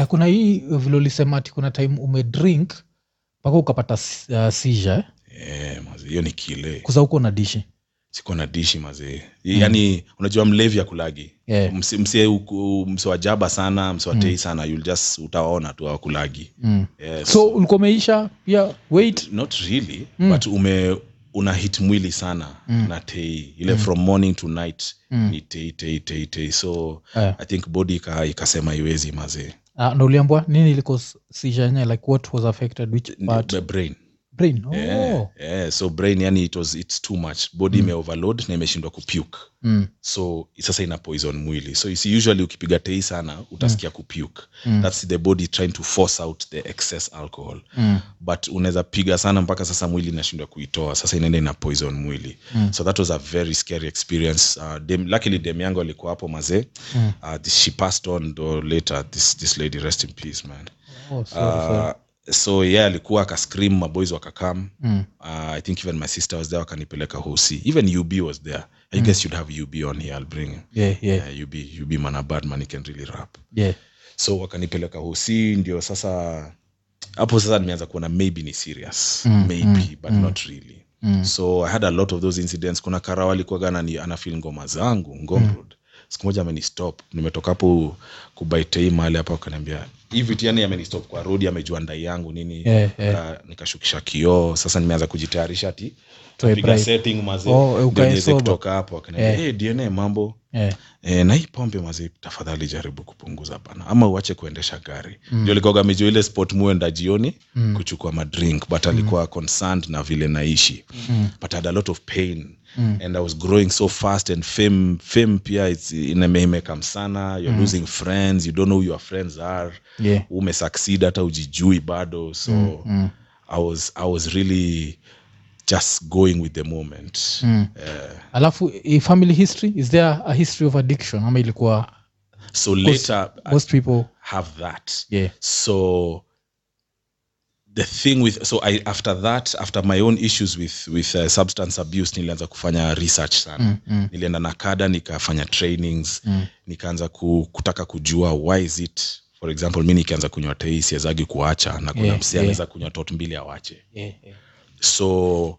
Eh, kuna hii vile ulisema ati kuna time umedrink mpaka ukapata s- uh, seizure eh? Eh, mazee hiyo ni kile kuza huko na dishi siko na dishi mazee yaani unajua mlevi akulagi Mm. yeah. Msi- msie uku- msiwajaba sana msiwatei Mm. sana you'll just utawaona tu awakulagi mm. yes. so ulikuwa umeisha pia wait not really Mm. but ume una hit mwili sana Mm. na tei ile Mm. from morning to night mm. ni tei tei tei tei so eh. i think body ika- ikasema iwezi mazee Ah, na uliambwa nini iliko seizure yenyewe like what was affected which part The brain brain oh. yeah. Yeah. so brain yani it was, it's too much body Mm. imeoverload na imeshindwa kupuke Mm. so sasa ina poison mwili so you see, usually ukipiga tei sana utasikia kupuke Mm. that's the body trying to force out the excess alcohol Mm. but unaweza piga sana mpaka sasa mwili inashindwa kuitoa sasa inaenda ina poison mwili Mm. so that was a very scary experience uh, dem, luckily dem yangu alikuwa hapo mazee Mm. uh, this- she passed on though later this, this lady rest in peace man Oh, sorry, sorry. uh, so yeah alikuwa akascream maboys wakakam Mm. uh, i think even my sister was there wakanipeleka hosi even ub was there i Mm. guess you'd have ub on here i'll bring him. yeah yeah yeah, ub ub man a bad man he can really rap yeah so wakanipeleka hosi ndio sasa hapo sasa nimeanza kuona maybe ni serious Mm, maybe mm, but mm. not really mm. so i had a lot of those incidents kuna karawa alikuwaga anani- anafeel ngoma zangu Mm. ngomrod siku moja amenistop nimetoka hapo kubaitei mahali hapa akaniambia hivi tiani amenistop kwa rodi amejua ndai yangu nini Yeah, yeah. Nika- nikashukisha kioo sasa nimeanza kujitayarisha ti Try piga bribe. setting mazee Oh, ukae ndio niweze sober. Eh. kutoka hapo akaniambia Yeah. hey, dna mambo yeah e, na hii pombe mazi tafadhali jaribu kupunguza bana ama uache kuendesha gari Mm. mm. ndio likuwaga amejua ile spot muenda jioni Mm. mm. kuchukua madrink but alikuwa concerned na vile naishi Mm. but I had a lot of pain Mm. and i was growing so fast and fame, fame pia it's- inameimekam sana you're mm. losing friends you don't know who your friends are yeah umesucceed hata ujijui bado so mm. mm. I, was, i was really just going with the moment Mm. alafu i- family history is there a history of addiction ama ilikuwa so later I most people have that yeah so the thing with so I, after that after my own issues with with uh, substance abuse nilianza kufanya research sana mm, mm, nilienda na kada nikafanya trainings mm, nikaanza ku, kutaka kujua why is it for example mi nikianza kunywa tei siwezagi kuacha na kuna Yeah, yeah, msi yeah. anaweza kunywa tot mbili awache yeah, yeah. so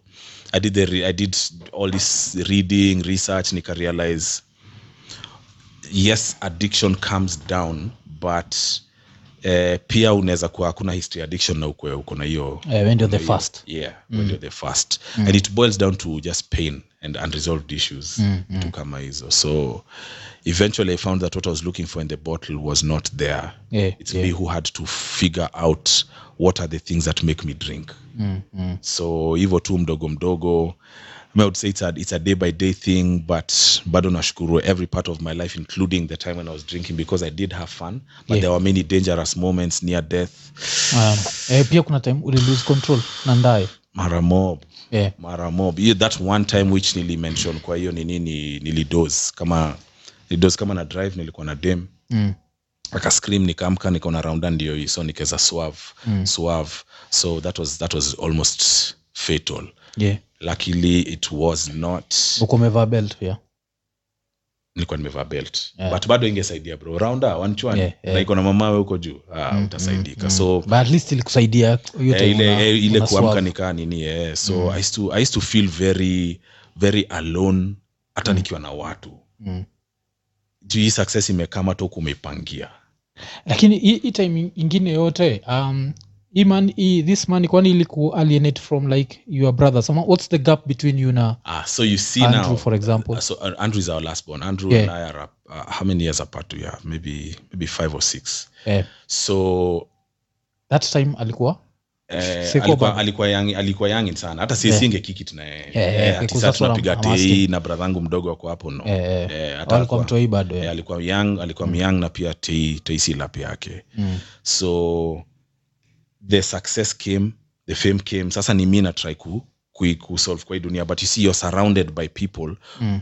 i did the re- i did all this reading research nika realize yes addiction comes down but eh, pia unaweza kuwa hakuna history addiction na ukwe uko na hiyo Eh, when you're the hiyo- first yeah when Mm. you're the first and it boils down to just pain and unresolved issues Mm, vitu kama hizo so eventually i found that what i was looking for in the bottle was not there yeah, it's yeah. me who had to figure out what are the things that make me drink Mm, mm, so hivyo tu mdogo mdogo I mean, I would say it's a, it's a day by day thing but bado nashukuru every part of my life including the time when i was drinking because i did have fun but Yeah. there were many dangerous moments near death um, eh, pia kuna time uli lose control na ndaye mara mob yeah. mara mob Hiyo- that one time which nili mention kwa hiyo nini ni- nilidos kama nilidos kama na drive nilikuwa na dem mm, akascream nikaamka nikaona raunda ndio hii so nikaweza swav mm. swav so that was, that was almost fatal yeah. luckily it was not uko umevaa belt pia nilikuwa nimevaa belt Yeah. yeah. but bado ingesaidia bro raunda wanchwani Yeah, yeah. yeah, yeah. na iko na mamawe huko juu ah, mm, utasaidika mm, so but at least ilikusaidia hiyo eh, time ile, una- eh, ile una kuamka swab. nikaa nini eh. so mm. I, used to, i used to feel very very alone hata mm. nikiwa na watu Mm. juu hii success imekama toku umeipangia lakini hii hii time ingine yote um, hii man, hii, this man kwani iliku alienate from like your brother so, what's the gap between you na ah, so you see andrew now for example so uh, andrew is our last born andrew Yeah. and i are uh, how many years apart we are maybe maybe five or six eh, so that time alikuwa Eh, Sikuwa alikuwa- bado. alikuwa young- alikuwa yangin sana hata Yeah. sisinge kikit naye yeah, yeah, Eh. because that's what I'm- Eh, tunapiga I'm tei asking. na bradhangu mdogo ako hapo no eh, eh, Eh, hata alikuwa hakuwa- mtoi bado eh, eh. alikuwa young alikuwa myang na pia tei tei si lap yake mm. so the success came the fame came sasa ni mi natry ku kui- kusolve kwa hii dunia but you see you're surrounded by people Mm.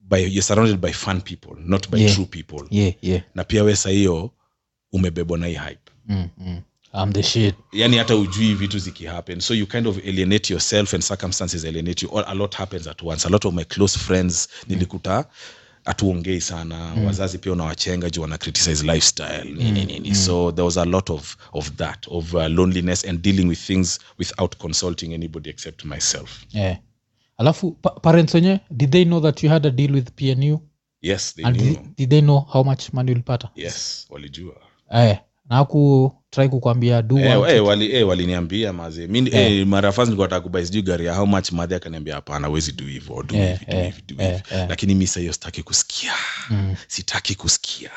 by you're surrounded by fun people not by Yeah. true people yeah, yeah. na pia we saa hiyo umebebwa na hii hype Mm, mm. I'm the shit yani hata ujui vitu zikihappen so you kind of alienate yourself and circumstances alienate you All, a lot happens at once a lot of my close friends nilikuta hatuongei sana Hmm. mm. wazazi pia unawachenga juu wana criticize lifestyle nini nini Hmm. mm. so there was a lot of, of that of uh, loneliness and dealing with things without consulting anybody except myself yeah. alafu pa parents wenyewe did they know that you had a deal with pnu yes they and knew did, did they know how much money ulipata yes walijua eh, na aku try kukwambia do Eh, one eh, wali- eh, waliniambia maze mi Eh. eh, mara fas nikuataka kubai sijui gari ya how much madhe akaniambia hapana wezi du hivo du Eh, hivi du eh, hivi du eh, hivi eh. lakini mi sahiyo sitaki kusikia Mm. sitaki kusikia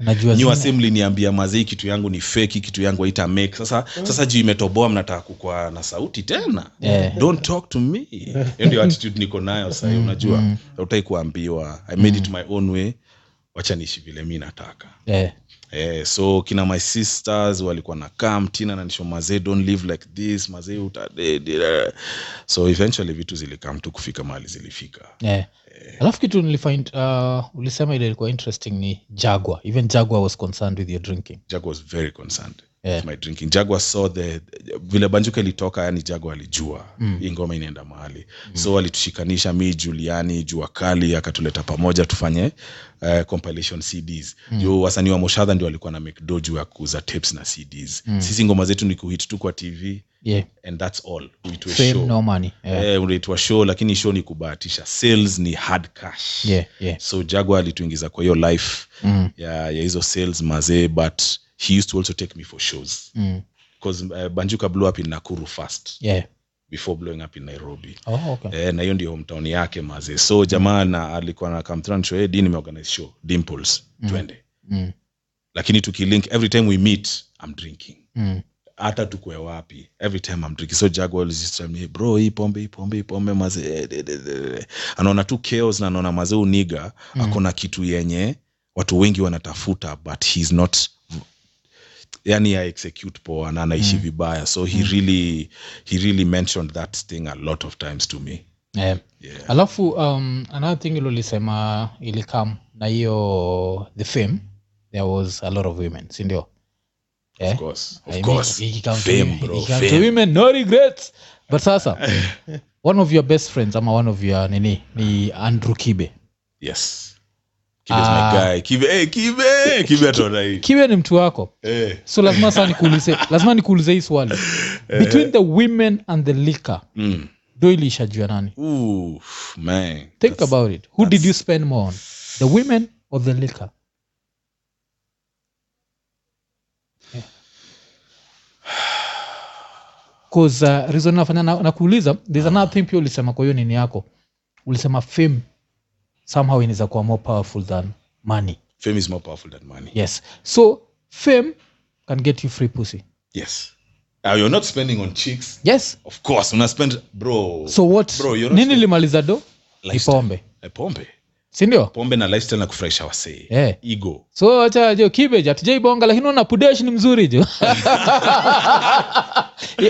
najua nyi zina- wase mliniambia mazei kitu yangu ni feki kitu yangu haita make sasa sasa juu imetoboa mnataka kukwa na sauti tena Eh. don't talk to me hiyo ndio attitude niko nayo sahii unajua mm. utai kuambiwa i made it my own way wachanishi vile mi nataka eh, Eh, so kina my sisters walikuwa na kam tina nanisho mazee don't live like this mazee utadede uh. so eventually vitu zilikam tu kufika mahali zilifika eh. alafu kitu nilifind uh, ulisema ile ilikuwa interesting ni jagua even jagua was concerned with your drinking jago was very concerned Yeah. with my drinking jagwa saw the vile banjuka ilitoka yani jagwa alijua mm. hii ngoma inaenda mahali mm. so alitushikanisha mi juliani jua kali akatuleta pamoja tufanye uh, compilation cds mm. juu wasanii wa moshadha ndio walikuwa na mcdo juu ya kuuza tapes na cds mm. sisi ngoma zetu ni kuhit tu kwa tv yeah. and that's all uitwe fame show no money yeah. Eh, unaitwa show lakini show ni kubahatisha sales ni hard cash Yeah, yeah. so jagwa alituingiza kwa hiyo life Mm, ya, ya hizo sales mazee but he used to also take me for shows mm, because uh, banjuka blew up in nakuru first yeah. before blowing up in nairobi Oh, okay. Eh, na hiyo ndio hometown yake mazee so jamaa na alikuwa na kamtransho hey, di nimeorganize eh, show dimples mm. twende Mm, lakini tukilink every time we meet i'm drinking mm, hata tukwe wapi every time I'm drinking so Jaguar always used to tell me bro hii pombe hii pombe hii pombe mazee eh, de- de- de- de." anaona tu chaos na anaona mazee uniga mm. akona kitu yenye watu wengi wanatafuta but he's not yani ya execute poa na anaishi mm. vibaya so he really he really mentioned that thing a lot of times to me yeah. yeah Eh. alafu um, another thing ilolisema ilikam na hiyo the fame there was a lot of women sindio of eh? course I of mean, course ikikam to fame women- bro ikikam to fame women, no regrets but sasa one of your best friends ama one of your nini ni andrew kibe yes Kibe is my Ah. guy Kibe hey Kibe eh, Kibe ataona hii kibe ni mtu wako eh so lazima saa nikuulize lazima nikuulize hii swali between the women and the liquor mm do ilishajua nani Oof, man. think That's- about it who did you spend more on the women or the liquor cause uh, reason nafanya na, nakuuliza there's another thing pia ulisema kwa hiyo nini yako ulisema fame somehow inaweza kuwa more powerful than money Fame is more powerful than money. yes so fame can get you free pussy Yes. Uh, you're not spending on chicks. yes Of course, una spend bro. so what Bro, you're not nini limaliza do ni Lifestyle. pombe Eh, pombe. sindio Pombe na lifestyle na kufurahisha wasee. Eh. Ego. so acha jo kibe jo tujaibonga lakini una pudesh ni mzuri jo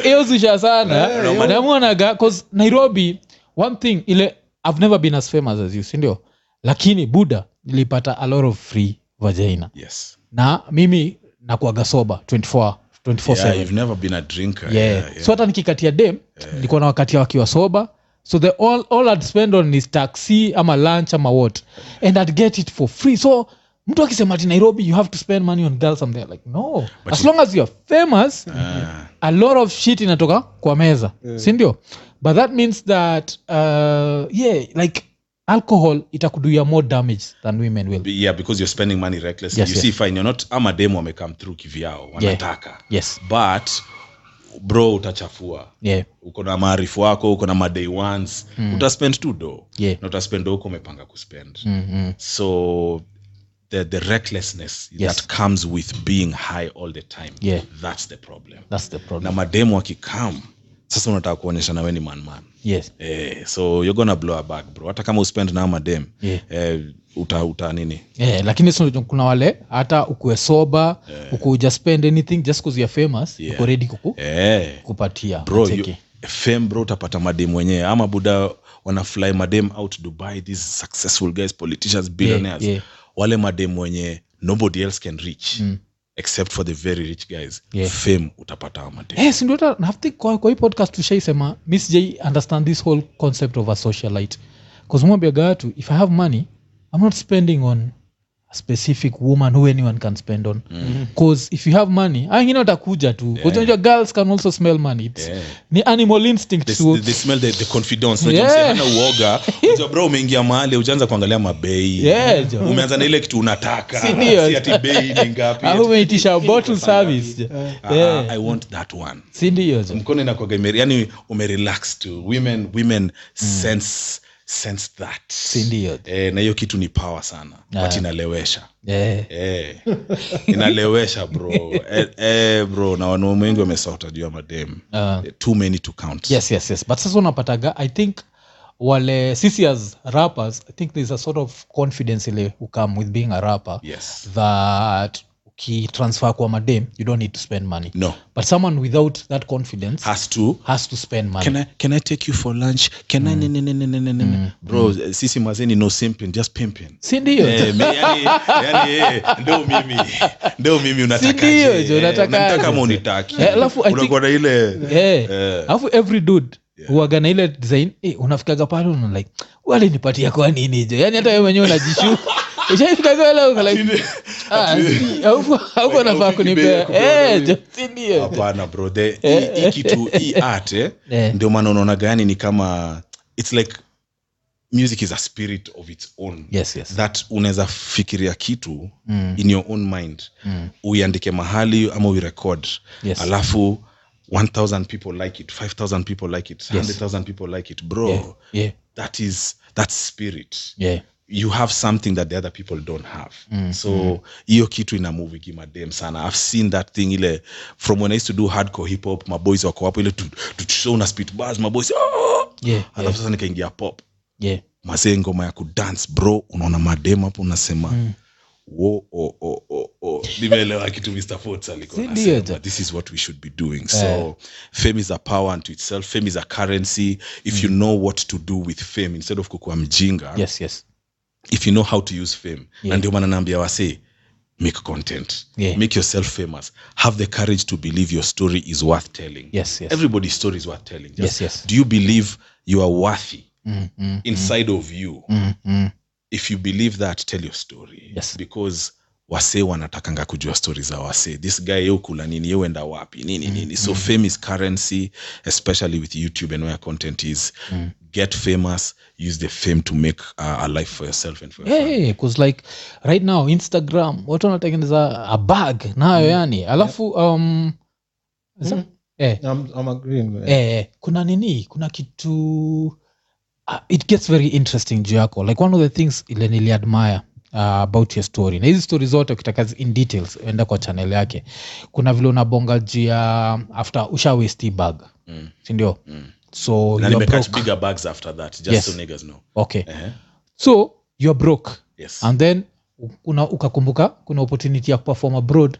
hiyo zisha sana Eh, namuonaga cause nairobi one thing ile i've never been as famous as you sindio lakini buda nilipata a lot of free vagina Yes. na mimi nakuaga soba 24 Yeah, 24 you've never been a drinker. yeah. Yeah, yeah. so hata nikikatia dem nilikuwa na wakatia wakiwa soba so the all, all I'd spend on is taxi ama lunch ama what and I'd get it for free so mtu akisema ati nairobi you have to spend money on girls I'm there like no But as you- long as you're famous Ah, a lot of shit inatoka kwa meza sindio but that means that uh, yeah like alcohol itakuduia more damage than women will be- yeah, because you're spending money recklessly. Yes, you yes. see fine, you're not ama demo wamekam through kivyao wanataka. yes But bro utachafua. yeah uko na maarifu wako uko na maday ones mm. utaspend tu do Hmm. Yeah. na utaspend huko umepanga kuspend mm -hmm. so the, the recklessness Yes. that comes with being high all the time Yeah. that's the problem that's the problem na mademu akikam sasa unataka kuonyesha na we ni manman yes eh, so you're gonna blow a bag bro hata kama uspend na madem yeah eh, uta, uta nini yeah, Eh, lakini so- kuna wale hata ukue soba yeah. ukuja spend anything just cause you're famous yeah. uko ready kuku, eh, kupatia bro Cheki. you, fame bro utapata madem wenyewe ama buda wanafly madem out dubai these successful guys politicians billionaires yeah. wale madem wenye nobody else can reach mm. except for the very rich guys Yeah. fame utapata wa madem Eh, si ndio hata- nafikiri kwa, kwa hii podcast tushaisema mi sijai understand this whole concept of a socialite bcause mwambiaga watu if i have money i'm not spending on a specific woman who anyone can spend on Mm. because if you have money angine watakuja tu yeah. unajua girls can also smell money It's, Yeah. ni animal instinct They- to, they smell the, the confidence Yeah. hana uoga Unajua bro umeingia mahali ujaanza kuangalia mabei Yeah, jo. umeanza na ile kitu unataka Si ndio? Si ati bei ni ngapi Ah, umeitisha bottle service jo. Ah, Yeah. i want that one si ndio jo mkono inakwaga ime- yani umerelax tu women women sense sense that Mm. si ndio jo. eh, na hiyo kitu ni power sana Ah. but inalewesha Eh. eh, inalewesha bro eh, eh, bro na wanaume wengi wamesota juu ya madem Ah. too many to count yes yes yes but sasa unapataga i think wale sisi as rappers i think there's a sort of confidence ile ukam with being a rapper yes that ukitransfer kwa madem you don't need to spend money no but someone without that confidence has to has to spend money can I, can I take you for lunch? Can I? Nene, nene, nene, nene, nene. Bro, eh, sisi mazeni no simping, just pimping. si ndio Eh, me- yani- yani, eh, ndo mimi ndo mimi Eh, ndio, jo, unatakaje? unatakajenataka maunitaki Eh, alafu I think- unakuwa na ile Eh, Eh. alafu every dude huwaga na ile design eh, unafikaga pale una like wale nipatia kwa nini jo yani hata wewe mwenyewe unajishu ushaifikaga wale uko Eh. like ah, si- hauku- hauku anafaa Like, kunipea kupewa eh nini? jo si ndio hapana bro the hii- hii kitu hii art eh, Eh. ndio maana unaona gani ni kama its like music is a spirit of its own yes yes that unaweza fikiria kitu Mm. in your own mind Mm. uiandike mahali ama uirekod Yes. alafu 1000 people like it 5000 people like it Yes. 100000 people like it bro yeah yeah that is that spirit yeah you have something that the other people don't have mm, so hiyo kitu ina move ikima dem sana i've seen that thing ile from when i used to do hardcore hip hop my boys wako hapo ile tu- tu- tu- so una spit bars my boys oh! yeah alafu sasa nikaingia pop yeah mazee ngoma ya kudance bro unaona madem hapo unasema Hmm. mm. wo oh, oh, oh, oh. nimeelewa kitu mr Forts alikuwa Si Eh. anasema, ndio? this is what we should be doing so fame is a power unto itself fame is a currency if you know what to do with fame instead of kukua mjinga Hmm. yes yes if you know how to use fame Yeah. na ndio maana naambia wase make content Yeah. make yourself famous have the courage to believe your story is worth telling yes yes everybody's story is worth telling Just, Yes, yes. do you believe you are worthy Mm, mm, inside of you mm, mm. if you believe that tell your story Yes. because wase wanatakanga kujua stori za wase this guy yokula nini yeuenda wapi nini Mm, nini so fame is currency especially with youtube and where content is Mm. get famous use the fame to make uh, a life for yourself and for your Yeah, yeah, yeah, 'cause like right now instagram watu wanatengeneza a bag nayo yani alafu um, is- Mm. eh, I'm, I'm agreeing with it. eh, eh, kuna nini kuna kitu uh, it gets very interesting juu yako like one of the things ile niliadmire uh, about your story na hizi story zote ukitaka zi- in details enda kwa channel yake kuna vile unabonga juu ya after ushawesti bag Mm. sindio Mm. so na you are nimekatch broke. bigger bags after that just Yes. so niggas know okay uh-huh. so youare broke yes and then una, ukakumbuka kuna opportunity ya perform abroad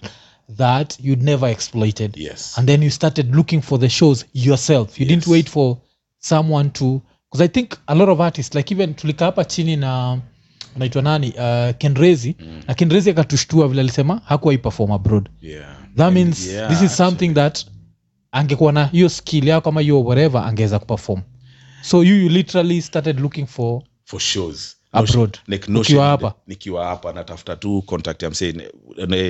that you never exploited yes and then you started looking for the shows yourself you didn't Yes. wait for someone to because i think a lot of artists like even tulika hapa chini na naitwa nani uh, kenrezi Mm. na kenrezi akatushtua vile alisema hakuwai perform abroad yeah that And- means yeah, this is something that angekuwa na hiyo skill yako ama hiyo whatever angeweza kuperform so you, you literally started looking for for shows Abroad. No, like, no Ukiwa shade, hapa. nikiwa hapa natafuta tu contact ya msee ne-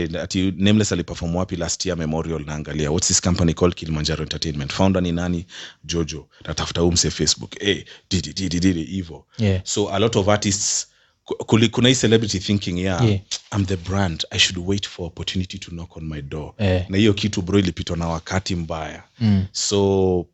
ne- ati nameless aliperform wapi last year memorial naangalia what's this company called kilimanjaro entertainment founder ni nani jojo natafuta huu msee facebook eh didi didi didi hivo yeah so a lot of artists ku- kuli- kuna hii celebrity thinking yeah, Yeah. i'm the brand i should wait for opportunity to knock on my door Eh. na hiyo kitu bro ilipitwa na wakati mbaya mm. so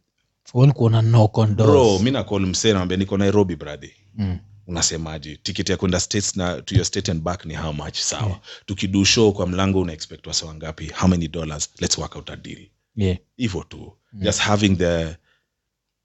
walikuwa na knock on doors bro mi nakol msee nawambia niko nairobi brother Mm. unasemaje tiketi ya kwenda states na to your state and back ni how much sawa yeah. tukidu show kwa mlango una expect wase wangapi how many dollars let's work out a deal yeah hivyo tu mm. just having the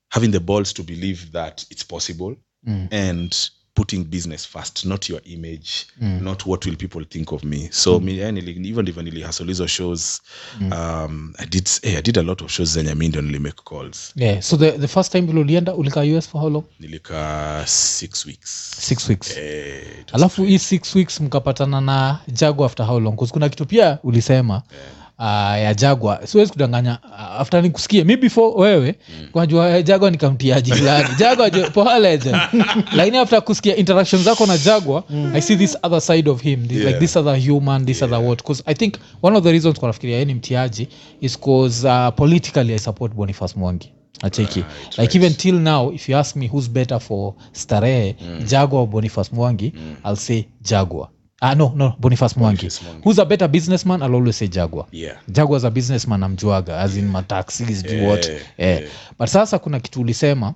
having the balls to believe that it's possible Mm. and putting business first not your image Mm. not what will people think of me so mm. mi, eh, nili, even even nilihasol hizo shows mm. um, I, did, eh, i did a lot of shows zenye mi ndio nilimake calls yeah so the, the first time vile ulienda ulika us for how long nilikaa six weeks six weeks eh, it was alafu hii six weeks mkapatana na jago after how long 'Cause kuna kitu pia ulisema uh, ya jagwa siwezi kudanganya uh, after nikusikie mi before wewe mm. kwajua eh, jagwa nikamtia jirani jagwa jo- power legend lakini after kusikia interaction zako na jagwa mm. i see this other side of him this, yeah. like Yeah. this other human this yeah. other what because i think one of the reasons kwa nafikiria yeye ni mtiaji is cause uh, politically i support boniface mwangi acheki Right, like even till now if you ask me who's better for starehe jagwa or boniface mwangi i'll say jagwa ah, no no Mm. boniface mwangi Boniface Mwangi. who's a better businessman i'll always say jagwa yeah jagwa as a businessman amjuaga as in mataxi yeah, what Yeah, yeah. Yeah. but sasa kuna kitu ulisema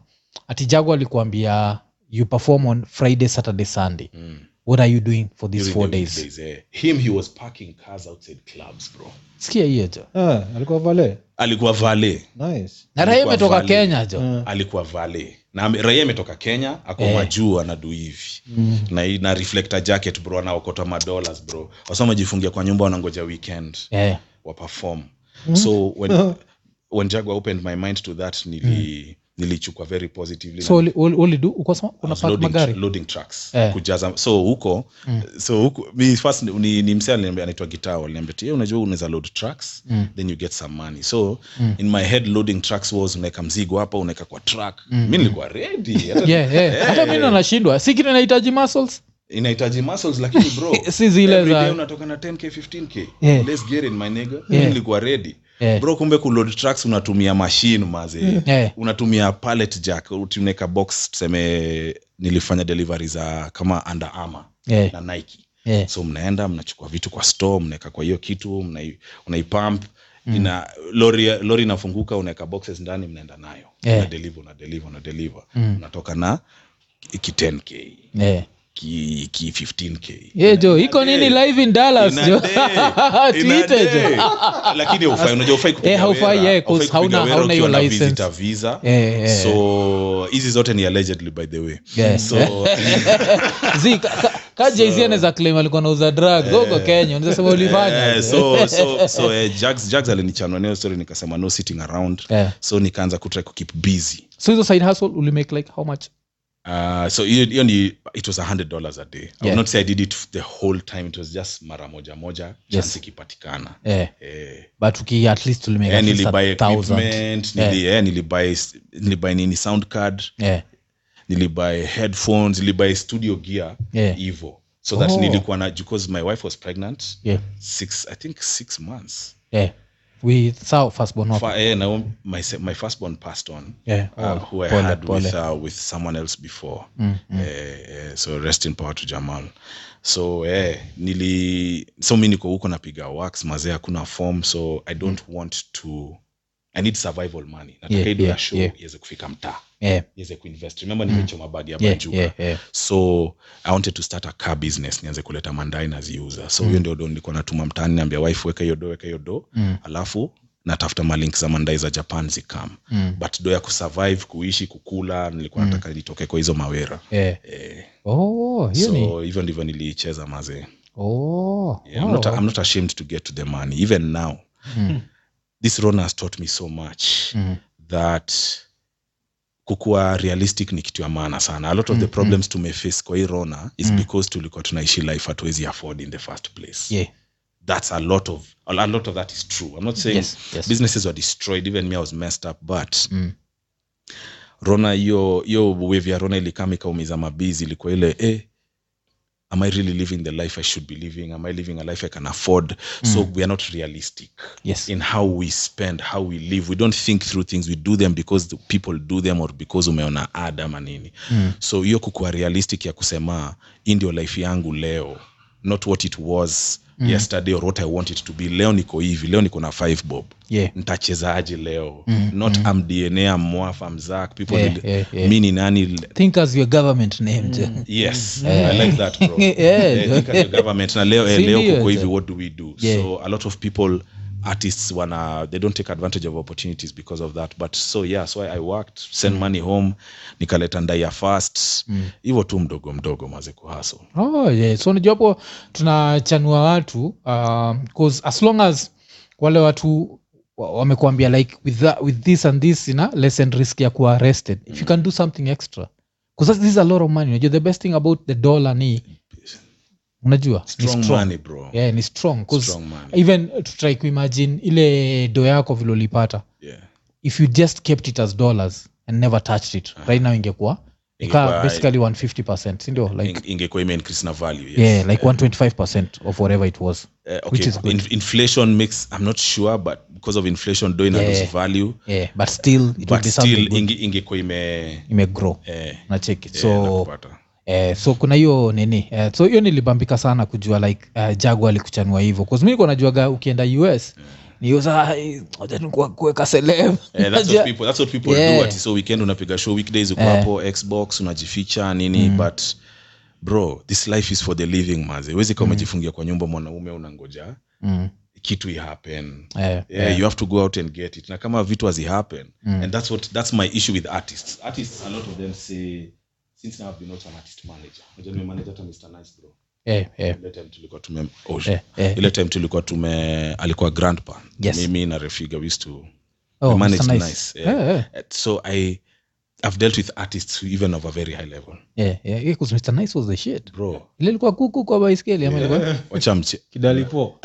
ati jagwa alikuambia you perform on friday saturday sunday Mm. what are you doing for these During four the days weekdays, eh. him he was parking cars outside clubs bro sikia hiyo jo Ah, alikuwa vale alikuwa vale nice na raia Alikuwa imetoka valid. kenya jo Ah. alikuwa vale na ame- raia ametoka kenya Hmm. ako Eh. Hmm. majuu anadu hivi Mm. na, hii- na reflector jacket bro anaokota madollars bro wasomajifungia kwa nyumba wanangoja weekend yeah. waperform Hmm. so when, when jagua opened my mind to that nili Hmm. nilichukwa very positively so na uli- uli- ulidu ukasema I was unapak loading- magari loading trucks Eh. Mm. kujaza so huko so huko mi first ni, ni msee aliniambia anaitwa gitaa aliniambia "Tia, unajua unaweza load trucks Mm. then you get some money so in my head loading trucks was unaweka mzigo hapa unaweka kwa truck Mm. mi nilikuwa ready Hata- yeah, yeah. hata mi ndo nashindwa si kitu inahitaji muscles inahitaji muscles lakini bro Si zile every za- day unatoka na 10k 15k Yeah. let's get in my nigga Yeah. Mi nilikuwa ready Yeah. bro kumbe kuload trucks unatumia machine maze Yeah. unatumia pallet jack unaeka box tuseme nilifanya delivery za kama under armor yeah. na nike yeah. so mnaenda mnachukua vitu kwa store mnaweka kwa hiyo kitu mnai- unaipump Mm. ina lori lori inafunguka unaweka boxes ndani mnaenda nayo Yeah. yeah. unadeliver unadeliver unadeliver Mm. unatoki na ki 10k yeah. ki, ki 15k yeah, jo Ina- eh. iko nini ina day. live in dallas Ina jo day. Ina tuite day. jo lakini haufai unajua haufai kupiga Eh, haufai, wera. yeah, Haufai 'cause kupiga hauna- wera hauna hiyo ukiwa na license. visitor visa Eh, eh. so hizi zote ni allegedly by the way Yeah. so Zee, ka- ka- ka jz anaweza claim alikuwa nauza drug huko kenya unaweza sema ulifanya Eh, so so so eh, Jags- Jags alinichanua nayo story nikasema no sitting around Eh. so nikaanza kutry kukeep busy so hizo side hustle ulimake like how much Uh, so hiyo hiyo ni it was 100 dollars a day i Yeah. would not say i did it the whole time it was just mara moja moja chance Yes. ikipatikana eh, eh but uki at least ulimake eh, at least nilibuy a thousand equipment nili, eh, nilibuy s- nilibuy nini sound card yeah. nilibuy headphones nilibuy studio gear Yeah. hivo so that Oh. nilikuwa na because my wife was pregnant yeah. six i think six months yeah. with saw firstborn wako. Fa- eh, na my, se- my firstborn passed on yeah. uh, oh, who I pole, had pole. Mm, with uh, with someone else before. Eh, eh, so rest in power to Jamal. So eh, nili so mi niko huko napiga works mazee hakuna form so I don't want to I need survival money. Nataka Mm. Yeah, yeah, yeah, show yeah. iweze kufika mtaa, yeah. iweze kuinvest. Remember nimechoma bagi ya yeah. bajuka. yeah. yeah. So I wanted to start a car business, nianze kuleta mandai naziuza. So hiyo ndio do nilikuwa natuma mtaani naambia wife weka hiyo do, weka hiyo do. Mm. Alafu natafuta malink za mandai za Japan zikam Mm. but do ya kusurvive kuishi kukula nilikuwa nataka nitoke kwa hizo mawera Yeah. eh, Oh, hiyo ni so hivyo ndivyo niliicheza mazee oh, yeah, wow. I'm, not, I'm not ashamed to get to the money even now Mm. this run has taught me so much Mm. that kukuwa realistic ni kitu ya maana sana a lot Mm, of the problems tumeface kwa hii rona is because tulikuwa tunaishi life hatuwezi afford in the first place yeah. that's a lot of a lot of that is true i'm not saying Yes, yes. businesses were destroyed even me i was messed up but Mm. rona hiyo hiyo wave ya rona ilikama ikaumiza mabizi ilikuwa ile eh, am i really living the life i should be living am i living a life i can afford so we are not realistic Yes. in how we spend how we live we don't think through things we do them because the people do them or because umeona ad ama nini Mm. so hiyo kukuwa realistic ya kusema hii ndio life yangu leo not what it was mm. yesterday or what i want it to be leo niko hivi leo niko na five bob Yeah. ntachezaje leo mm, not mm. amdna amwafa mzak people Yeah, will- yeah, yeah. mi ni nani think as your government name mm. yes i like that bro Yeah. Eh, think as a government na leo eh, Si leo ndio, kuko hivi eh. what do we do Yeah. so a lot of people artists wana they don't take advantage of opportunities because of that but so yeah so i, I worked send Mm. money home nikaleta ndaya fast hivyo tu mdogo mdogo maze kuhaso oh, yeah. so najua hapo tunachanua watu um, 'cause as long as wale watu wa- wamekuambia like with, that, with this and this ina lessen risk ya kuwa arrested if you can do something extra because this is a lot of money unajua the best thing about the dollar ni unajua ni strong strong. money bro Yeah, ni strong 'cause Strong money. even tutry kuimagine ile do yako vile ulipata Yeah. if you just kept it as dollars and never touched it right now ingekuwa Ah, Ingekuwa- ikaa basically 150 percent sindio like Inge- ingekuwa ime increase na value yes. yeah like 125 percent of whatever it was Eh, okay. which is good. In- inflation makes i'm not sure but because of inflation do ina Yeah. lose value yeah but still it would but be something still good. inge- ingekuwa ime imegrow eh, nacheki eh, so nakupata. Eh, so kuna hiyo nini eh, so hiyo nilibambika sana kujua like uh, jagu alikuchanua hivyo kuzmiko najuaga ukienda us niusakuweka selem Eh, that's what people, that's what people Yeah. do ati so weekend unapiga show weekdays uko hapo xbox unajificha nini Mm. but bro this life is for the living maze huwezi kama umejifungia kwa nyumba mwanaume unangoja mm, kitu ihappen eh, yeah, you have to go out and get it na kama vitu hazihappen Mm. and that's what that's my issue with artists artists a lot of them say since now I've been not an artist manager unajua nimemanager hata Mr. Nice bro eh, eh, ile time tulikuwa tume oh, eh, eh. ile time tulikuwa tume alikuwa grandpa Yes. mimi na Refiga we used to Oh, we Mr. managed Nice. nice, Eh, eh, so i i've dealt with artists who even of a very high level eh, eh, eh, 'cause Mr. Nice was the shit. bro ile ilikuwa kuku kwa baiskeli ama ilikuwa wacha mche kidali bro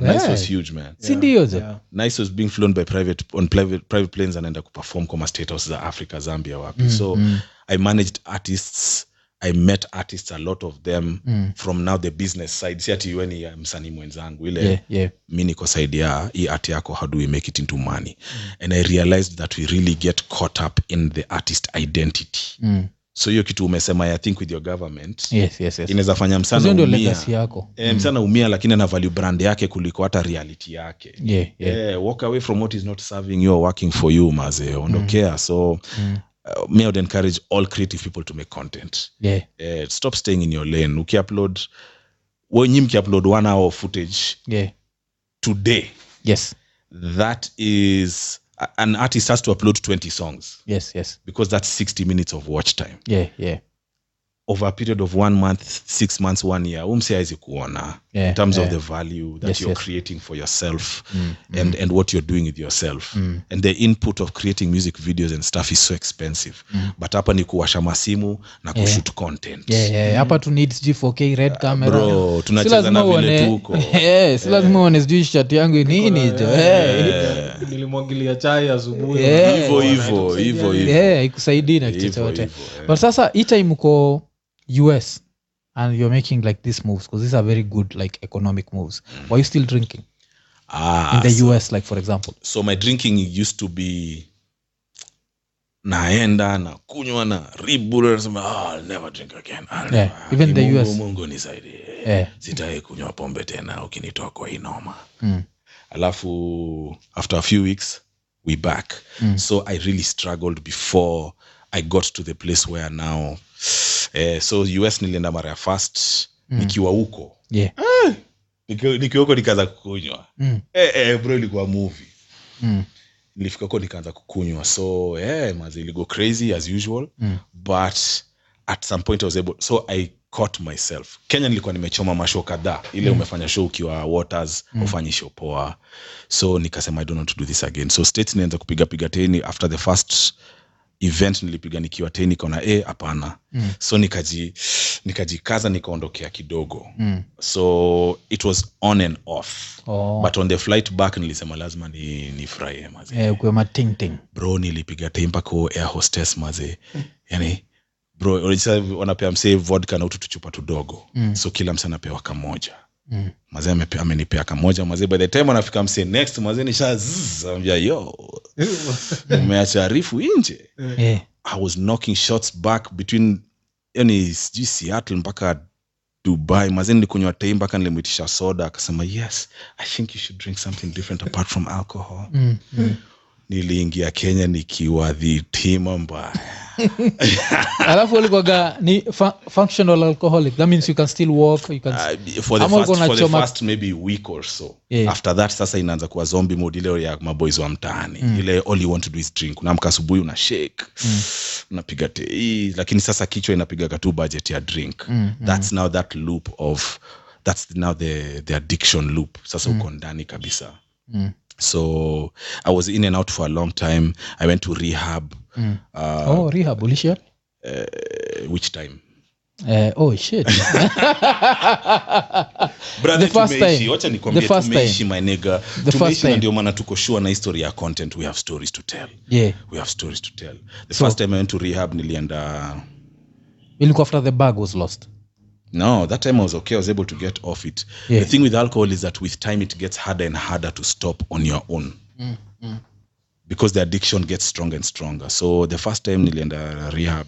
nice was Eh, huge man si ndio ze nice was being flown by private on private, private planes anaenda kuperform kama state house za africa zambia wapi Mm, so i managed artists i met artists a lot of them Mm. from now the business side si ati iwe ni eh, msanii mwenzangu ile Yeah, yeah. mi niko side ya hii art yako how do we make it into money and i realized that we really get caught up in the artist identity Mm. so hiyo kitu umesema i think with your government Yes, yes, yes. inaweza fanya msana Hizo ndio umia, legacy yako Mm. eh, msana umia lakini ana value brand yake kuliko hata reality yake yeah, yeah. Eh, walk away from what is not serving you or working for you maze ondokea so Mm. uh, me I would encourage all creative people to make content yeah. eh, stop staying in your lane ukiupload wenyi mkiupload one hour of footage yeah. today yes that is a- an artist has to upload 20 songs yes yes because that's 60 minutes of watch time yeah yeah over a period of one month six months one year umsi hawezi kuona Yeah, in terms of yeah. the value that Yes, you're yes. creating for yourself and, and what you're doing with yourself Mm. and the input of creating music videos and stuff is so expensive but hapa ni kuwasha masimu na Mm. Yeah. kushoot content yeah, yeah. hapa tu need sijui 4k red camera Ah, bro si tunacheza lazima na vile uone tuko Eh, si lazima uone sijui shirt yangu nini jo Eh. nilimwagilia chai asubuhi Yeah. hivyo hivyo hivyo hivyo Eh, haikusaidii na kitu Hivyo, chochote hivyo, eh. but sasa hii time uko us and you're making like these moves because these are very good like economic moves why you still drinking Mm. Ah, in the us like for example so my drinking used to be naenda na kunywa na ribul nasema "Ah, I'll never drink again I'll Yeah, never." even the Mungu, US. mungu nisaidie eh sitaki kunywa pombe tena ukinitoa kwa hii noma mm. alafu after a few weeks we back Mm. so i really struggled before i got to the place where now eh, so us nilienda mara ya first Mm. nikiwa huko yeah Niki- nikiwa huko nikaanza kukunywa mm. eh, eh, bro ilikuwa movie Mm. nilifika huko nikaanza kukunywa so yeah, maze iligo crazy as usual Mm. but at some point i was able so i caught myself kenya nilikuwa nimechoma masho kadhaa ile mm. umefanya show ukiwa waters mm. ufanyi show poa so nikasema i don't want to do this again so states nianza kupigapiga teni after the first event nilipiga nikiwa teni kaona e hapana mm. so nikaji nikajikaza nikaondokea kidogo Mm. so it was on and off Oh. but on the flight back nilisema lazima ni, ni furahie maze eh ukiwa mating ting bro nilipiga tai mpaka huo air hostess maze yani bro unajua wanapea msee vodka na utu tuchupa tudogo mm. so kila msee anapewa kamoja Mm. mazee amepe- amenipea kamoja mazee by the time anafika msee next mazee nisha ambia yo umeacha arifu nje yeah i was knocking shots back between yani sijui seattle mpaka dubai mazee nilikunywa tai mpaka nilimwitisha soda akasema yes i think you should drink something different apart from alcohol mm. Mm. niliingia kenya nikiwa dhitima mbaya alafu ulikuwaga ni fu- functional alcoholic that means you can still walk you can s- Uh, for the Ama first- uko na for the choma- first maybe week or so Yeah. after that sasa inaanza kuwa zombie mode ile ya maboys wa mtaani Mm. ile all you want to do is drink unaamka asubuhi una shake unapiga tei lakini sasa kichwa inapigaga tu budget ya Mm, drink that's now that loop of that's now the, the addiction loop sasa uko ndani kabisa Mm. so i was in and out for a long time i went to rehab Mm. uh, eh, oh rehab ulishia which time Eh, oh shit brother The first tumeishi time. wacha nikwambie The first tumeishi my nigga first tumeishi na time. ndio maana tuko sure na history ya content we have stories to tell yeah we have stories to tell the So- first time i went to rehab nilienda ilikuwa after the bag was lost no that time i was okay i was able to get off it Yeah. the thing with alcohol is that with time it gets harder and harder to stop on your own mm. because the addiction gets stronger and stronger so the first time nilienda rehab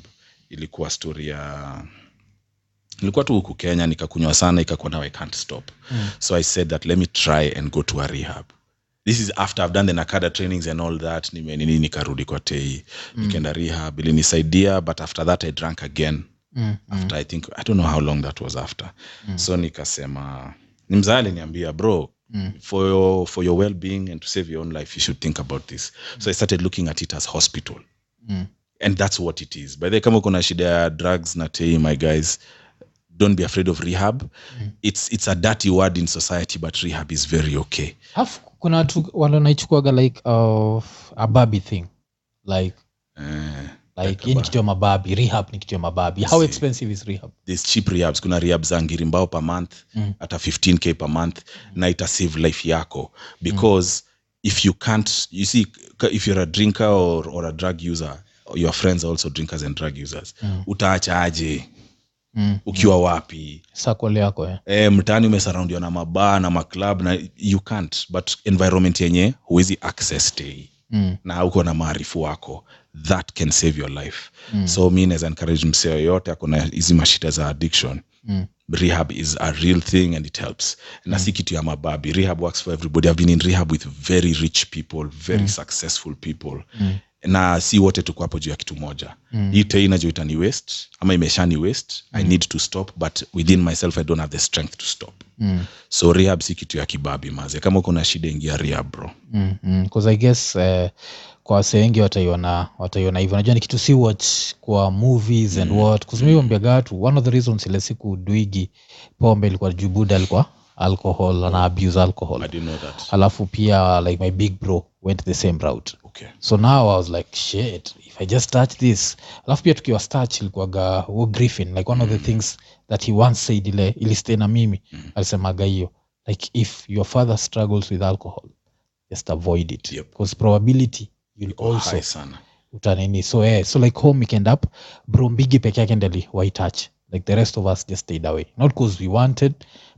ilikuwa story ya nilikuwa tu huku kenya nikakunywa sana ikakuwa now i can't stop mm. so i said that let me try and go to a rehab this is after i've done the nakada trainings and all that nimenini nikarudi kwa tei mm. nikaenda rehab ilinisaidia but after that i drank again Mm, after i think i don't know how long that was after so nikasema ni mzaa aliniambia bro for your, for your well-being and to save your own life you should think about this so i started looking at it as hospital and that's what it is by the way, kama kuna shida ya drugs na tei my guys don't be afraid of rehab it's, it's a dirty word in society but rehab is very okay Alafu kuna watu wananaichukuaga like uh, a babi thing like Eh, like hii ni kitu ya mababi rehab ni kitu ya mababi how expensive is rehab there's cheap rehabs kuna rehab za ngirimbao per month mm. hata 15k per month na ita save life yako because if you can't you see k- if you're a drinker or, or a drug user your friends are also drinkers and drug users mm. utaacha aje Mm. ukiwa wapi sakole yako eh. e, mtaani umesaraundiwa na mabaa na maclub na you can't but environment yenye huwezi access day Mm. na uko na maarifu wako that can save your life mm. so mi naweza encourage msee yoyote akona hizi mashida za addiction Mm. rehab is a real thing and it helps na si kitu ya mababi rehab works for everybody i've been in rehab with very rich people very Mm. successful people na si wote tuko hapo juu ya kitu moja mm. hii tei najua itani waste ama imeshani waste i need to stop but within myself i don't have the strength to stop Mm. so rehab si kitu ya kibabi maze kama uko na shida ingia rehab bro Mm, mm. 'Cause I guess eh, kwa wasee wengi wataiona wataiona hivyo najua ni kitu si watch kwa movies and what kusimaiwambiaga watu one of the reasons ile siku duigi pombe ilikuwa jubuda alikuwa alcohol ana abuse i alcohol didn't know that alafu pia like my big bro went the same route okay so now i was like shit if i just touch this alafu pia tukiwa starch ilikuwaga huo griffin like one of Mm. the things that he once said ile ilistay na mimi alisemaga hiyo like if your father struggles with alcohol just avoid it Yep. because probability you'll also Hai sana utanini so eh, so like home we can end up bro mbigi peke yake ndeli waitouch like the rest of us just stayed away not because we wanted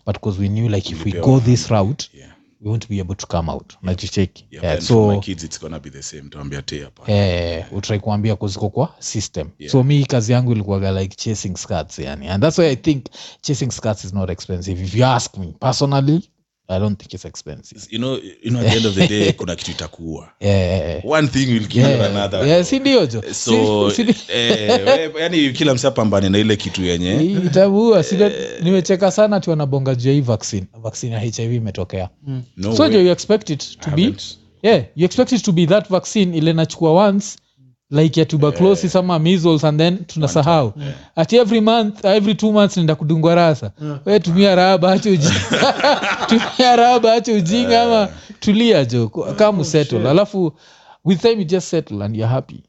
but because we knew like if we Tulipewa go this route yeah we won't be able to come out najicheki yeah, yeah, and for my so kids it's gonna be the same tuambia te hapa eh, utrai kuambia kuziko kwa system so mi kazi yangu ilikuwaga like chasing skirts yani and that's why i think chasing skirts is not expensive if you ask me personally i don't think it's expensive you know you know at the end of the day kuna kitu itakuua Eh, eh, eh. one thing will kill Yeah, another yeah, si ndio jo so Si- si ndio? eh, we- yani kila msa pambane na ile kitu yenye Hii itamuua Eh. sina nimecheka sana ati wanabonga juu ya hii vaccine vaccine ya hiv imetokea no so way. ndio you expect it to I be haven't. yeah you expect it to be that vaccine ile nachukua once like ya tuberculosis ama measles and then tunasahau ati every month every two months nenda kudungwa rasa we tumia raba acha ujinga tumia raba acha ujinga ama tulia jo Oh, kama settle alafu with time you just settle and you're happy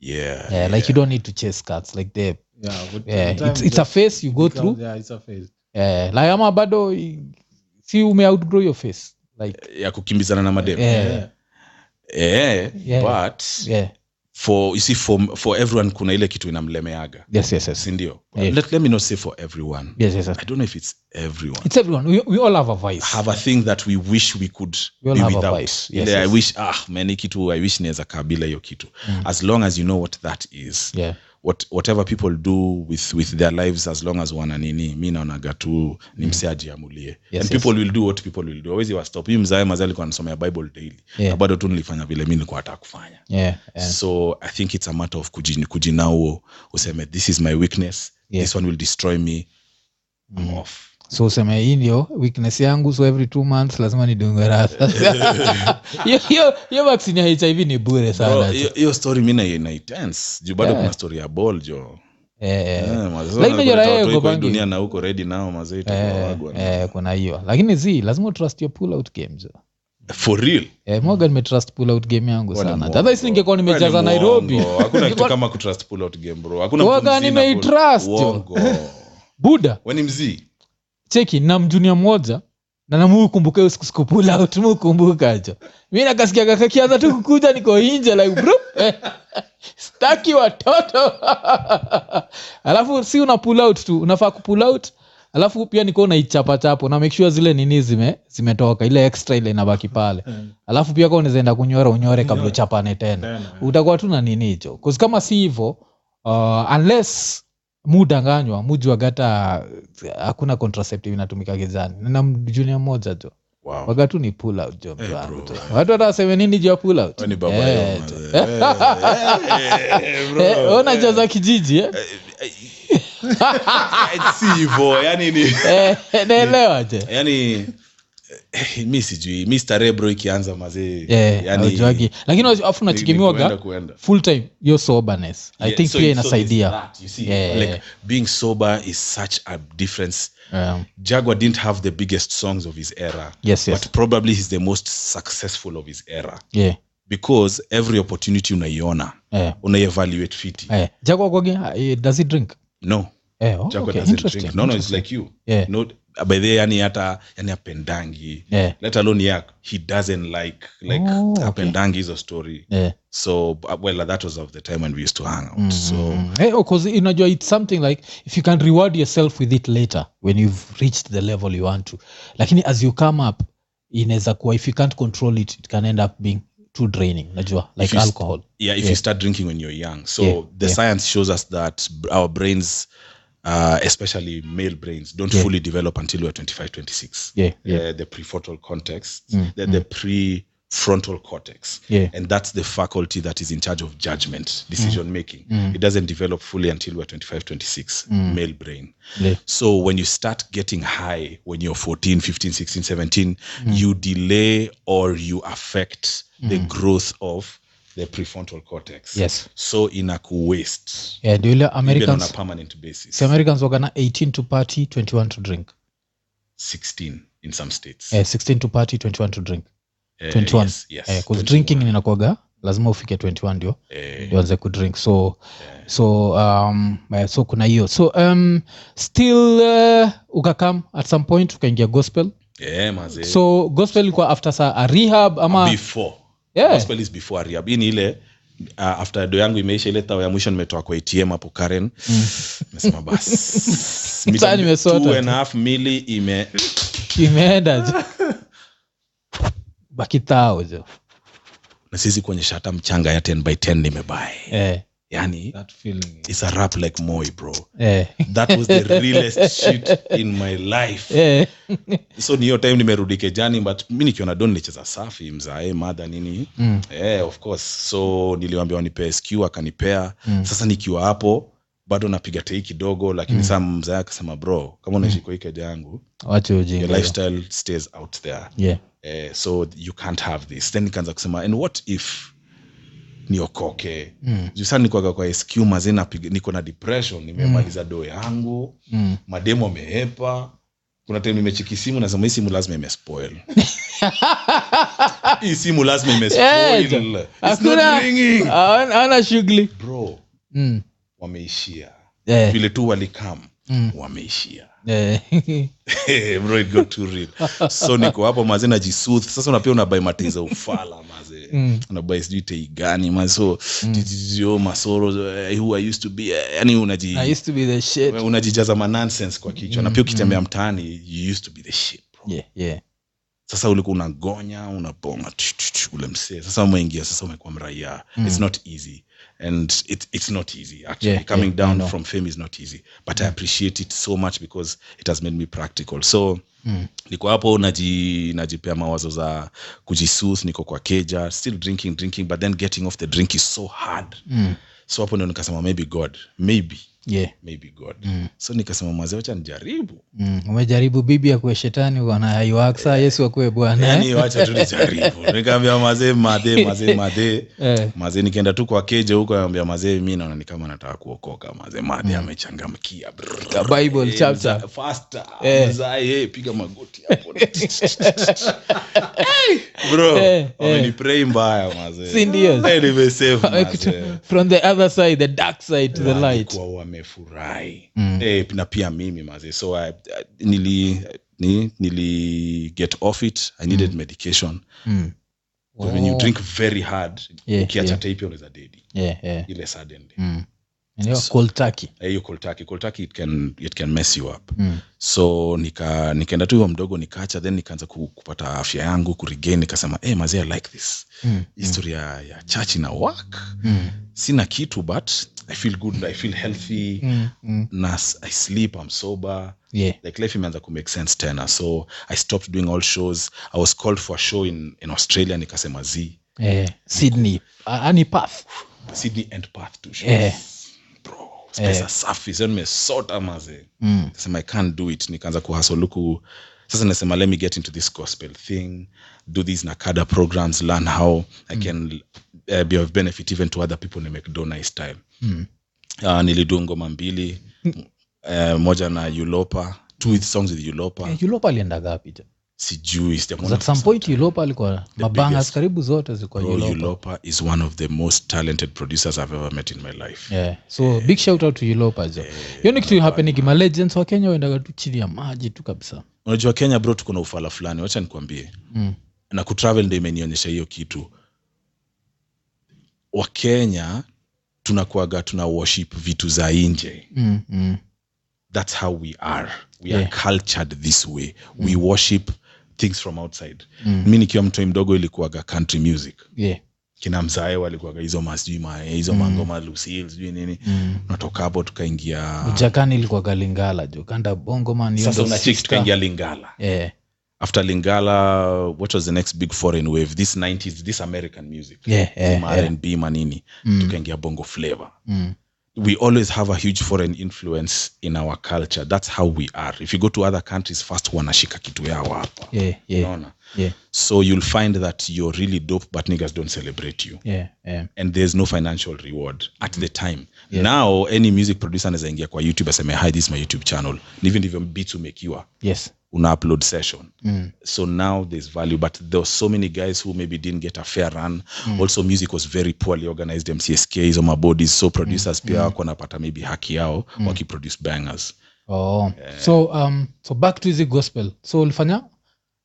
yeah, yeah, like you don't need to chase cats like they Yeah, but yeah, sometimes it's, it's a phase you go through Yeah, it's a phase. eh, like ama bado i- si ume outgrow your face like ya kukimbizana na madem eh, Yeah. eh, Yeah. but yeah. for you see for, for everyone kuna ile kitu inamlemeaga yes yes yes sindio Yeah. let, let me not say for everyone yes yes yes i don't know if it's everyone it's everyone we, we all have a vice have a thing that we wish we could We all be have a without vice. Ile Yes, i yes. Mm. wish ah man hii kitu i wish niweza kaa bila hiyo kitu as long as you know what that is yeah what, whatever people do with, with their lives as long as wana nini mi naonaga tu ni msee ajiamulie Mm. Yes, and yes. people will do what people will do awezi wastop hii mzae mazee alikuwa anasomea bible daily Yeah. na bado tu nilifanya vile mi nilikuwa nataka kufanya yeah, yeah. so i think it's a matter of kujin- kujinauo useme this is my weakness Yeah. Mm. this one will destroy me I'm off so useme hii ndio weakness yangu so every two months lazima nidungwe rasa Hiyo- hiyo- hiyo vaccine ya hiv ni bure Bro, sana Eh, hiyo- hiyo story mi na- naitense juu bado Yeah. kuna story ya ball jo Eh, eh. Eh, mazee, Lakini unaleta raia watu yuko iko hii bangi. dunia na huko redi nao mazee itakuwawagwa na- Eh, kuna hiyo lakini zi lazima utrust your pull out games for real eh, moga nimetrust pull out game yangu Hmm. Wewe ni sana mwongo. tadhais ningekuwa Wewe ni nimejaza mwongo. nairobi hakuna kitu Ningekuwa- kama kutrust pull out game bro hakuna Waga mtu mzima nimeitrust, pull- yo. Uongo. buda weni mzii cheki na mjunia mmoja na namukumbuka hiyo siku sikupula out mukumbuka jo mi nakasikiaga kakianza tu kukuja niko inje like bro staki watoto alafu si una pull out tu unafaa kupull out alafu pia niko naichapa chapo na make sure zile nini zime zimetoka ile extra ile inabaki pale alafu pia kaunazaenda kunyora unyore kabla Unyore. uchapane tena Tena, eh. Mm. utakuwa tu na nini hicho 'Cause kama si hivo uh, unless mudanganywa mujuagata uh, hakuna contraceptive inatumika gizani na mjunia moja jo wow. waga tu ni pull out jo Eh, mzangu bro. jo. watu wataseme nini juu ya pull out We ni baba Eh, yao, jo. man. Eh, eh, bro. Eh, wewe unajaza kijiji eh? Eh, si hivo yani ni Eh, naelewa je yani eh, mi sijui mi starehe bro ikianza mazee Eh, haujuagi. lakini afu ni- ni kuenda, nachikimiwaga kuenda. full time yo soberness i Yeah, think so pia it- so inasaidia it's that, you see. Yeah, Like, yeah. being sober is such a difference Um, Jaguar didn't have the biggest songs of his era, yes yes but probably he's the most successful of his era yeah because every opportunity unaiona eh, unaievaluate fiti. eh. Jaguar kwake, eh, does he drink No, Eh, oh, Jaguar okay, doesn't interesting, drink. No, no, it's interesting. like you. Yeah. No, by the way, yani hata yani apendangi. Yeah, Let alone yak, he doesn't like like Oh, okay. apendangi is a story. yeah. So uh, well, that was of the time when we used to hang out. So Mm. Eh, oh, 'cause unajua it's something like if you can reward yourself with it later when you've reached the level you want to lakini as you come up inaweza kuwa if you can't control it it can end up being too draining unajua If like you st- alcohol yeah if Yeah. you start drinking when you're young so Yeah, the yeah. science shows us that b- our brains uh, especially male brains don't Yeah. fully develop until we're 25 26 yeah, yeah. Uh, the prefrontal cortex Mm, the, the prefrontal cortex Yeah. and that's the faculty that is in charge of judgment decision making Mm. it doesn't develop fully until we're 25 26 Mm. male brain Yeah. so when you start getting high when you're 14 15 16 17 Mm. you delay or you affect the growth of the prefrontal cortex yes so inaku waste yeah, ndio ile even on a americans permanent basis si americans wakana 18 to party 21 to drink 16 in some states eh, 16 to party 21 to drink Eh, 21 yes, yes, eh, 'cause 21, drinking inakuwaga lazima ufike 21 ndio eh, uanze kudrink so Yeah. so um, eh, so kuna hiyo so um, still uh, ukakam at some point ukaingia gospel eh, mazee. so gospel ilikuwa after sa a rehab ama before Ah. Yeah. gospel is before ariab hii ni ile uh, after do yangu imeisha ile tao ya mwisho nimetoa kwa atm hapo karen nasema bas Mm. Sasa Milioni nimesota two tu. and a half mili ime imeendaje bakithao jo na siwezi kuonyesha hata mchanga ya 10 by 10 nimebae eh, yani That feeling. it's a rap like moi bro eh, that was the realest shit in my life eh, so ni hiyo time nimerudi kejani but mi nikiona don nicheza safi mzae madha nini mm, yeah, of course so niliwambia wanipee sq akanipea Mm. sasa nikiwa hapo bado napiga tei kidogo lakini Mm. saa mzae akasema bro kama unaishi kwa hii keja yangu wache your ujinga hiyo. lifestyle stays out there yeah. eh, so you can't have this then nikaanza kusema and what if niokoke mm, Juu saa nikwaga kwa sq mazee napiga- niko na depression nimemaliza doo yangu mm. mademu amehepa kuna time nimecheki simu nasema hii simu lazima imespoil hii simu lazima Eh, imespoil jo. It's not Hakuna- ringing. Hawana- hawana shughuli bro mm. wameishia eh, vile tu walikam Mm. wameishia eh. bro it got too real so niko hapo mazee najisooth sasa unapia unabai matei za ufala mazee Mm. unabai sijui tei gani maso yo masoro eh, who i used to be eh, yani unaji I used to Mm, be the shit. we- unajijaza ma nonsense kwa kichwa na pia ukitembea mtaani you used to be the shit bro Yeah, yeah. sasa ulikuwa unagonya unabonga tch, tch, tch, ule msee sasa umeingia sasa umekuwa mraia mm. it's not easy and it, it's not easy actually Yeah, coming yeah, I down know. Mm. from fame is not easy but i appreciate it so much because it has made me practical so Mm. niko hapo naji najipea mawazo za kujisuth niko kwa keja still drinking drinking but then getting off the drink is so hard Mm. so hapo ndo nikasema maybe god maybe Yeah. maybe god Mm. so nikasema mazee wacha nijaribu Mm. umejaribu bibi akuwe shetani bwana aiwaksa yesu akuwe bwana eh? yani Yaani, wacha tu nijaribu nikaambia mazee madhe mazee madhe Eh. mazee nikaenda tu kwa keje huko ambia mazee mi naona ni kama nataka kuokoka mazee madhe Mm. amechangamkia The Bible Eh, chapter. mza- faster, Eh. mzae, eh, piga magoti hapo. Hey, bro Eh, wamenipray mbaya mazee Si ndio? Eh, nimesave, mazee. from the other side the dark side to the light Walikuwa wame nimefurahi mm. eh, na pia mimi mazi so I, I, nili ni, nili get off it i needed mm. medication Mm. oh. when you drink very hard Yeah, ukiacha yeah. yeah. taipia unaweza dedi Yeah, yeah. ile suddenly Mm. Yaani cold turkey. Eh, hiyo koltaki koltaki it can, it can mess you up Mm. so nika nikaenda tu hivo mdogo nikaacha then nikaanza ku, kupata afya yangu kurigain nikasema hey, mazi i like this Mm. history ya, ya church ina work Mm. sina kitu but i feel good i feel healthy Mm. Mm. na s- i sleep i'm sober Yeah. like life imeanza kumake sense tena so i stopped doing all shows i was called for a show in, in australia nikasema z Eh, Sydney. Ah, ah, ni Perth. sydney and path to show Eh. bro pesa safi sio nimesota maze Mm. kasema i can't do it nikaanza kuhasoluku sasa nasema let me get into this gospel thing do these nakada programs learn how i Hmm. can uh, be of benefit even to other people nimekdonai style Mm. uh, nilidu ngoma mbili Hmm. uh, moja na ulopa two with songs with ulopa Eh, Yulopa alienda gapi tena? sijui sijamuona 'Cause at some point Yulopa alikuwa mabangers biggest. Oh, karibu zote zilikuwa Bro, Yulopa. ulopa is one of the most talented producers i've ever met in my life Yeah. so big shout out to Yulopa jo hiyo ni kitu happenigi malegends wa kenya waendaga tu chini ya maji tu kabisa unajua kenya bro tuko na ufala fulani wacha nikwambie mm. na kutravel ndo imenionyesha hiyo kitu wakenya tunakuaga tuna worship vitu za nje Mm, mm. that's how we are we Yeah. are cultured this way we worship things from outside Mm. mi nikiwa mtoi mdogo ilikuaga country music Yeah. kina mzae walikuaga hizo masijui ma- hizo mangoma lusil sijui nini Mm. unatoka hapo tukaingia ujakani ilikuwa galingala jo kanda bongo man hiyo sasa ndo unacheki 60. tukaingia lingala yeah. after lingala what was the next big foreign wave this 90s this american music Yeah, yeah, Ma yeah. rnb manini Mm. tukaingia bongo flavor Mm. we always have a huge foreign influence in our culture that's how we are if you go to other countries first wanashika kitu yao hapa Yeah, yeah, unaona yeah, so you'll find that you're really dope but niggas don't celebrate you yeah, yeah. and there's no financial reward at the time now any music producer anaweza ingia kwa youtube aseme hi this is my youtube channel Na hivi ndivyo beats umekiwa yes una upload session Mm. so now there's value but there were so many guys who maybe didn't get a fair run Mm. also music was very poorly organized mcsk hizo mabodies so Mm. producers pia wako wanapata maybe haki yao wakiproduce bangers oh. so um, so back to hizi gospel so ulifanya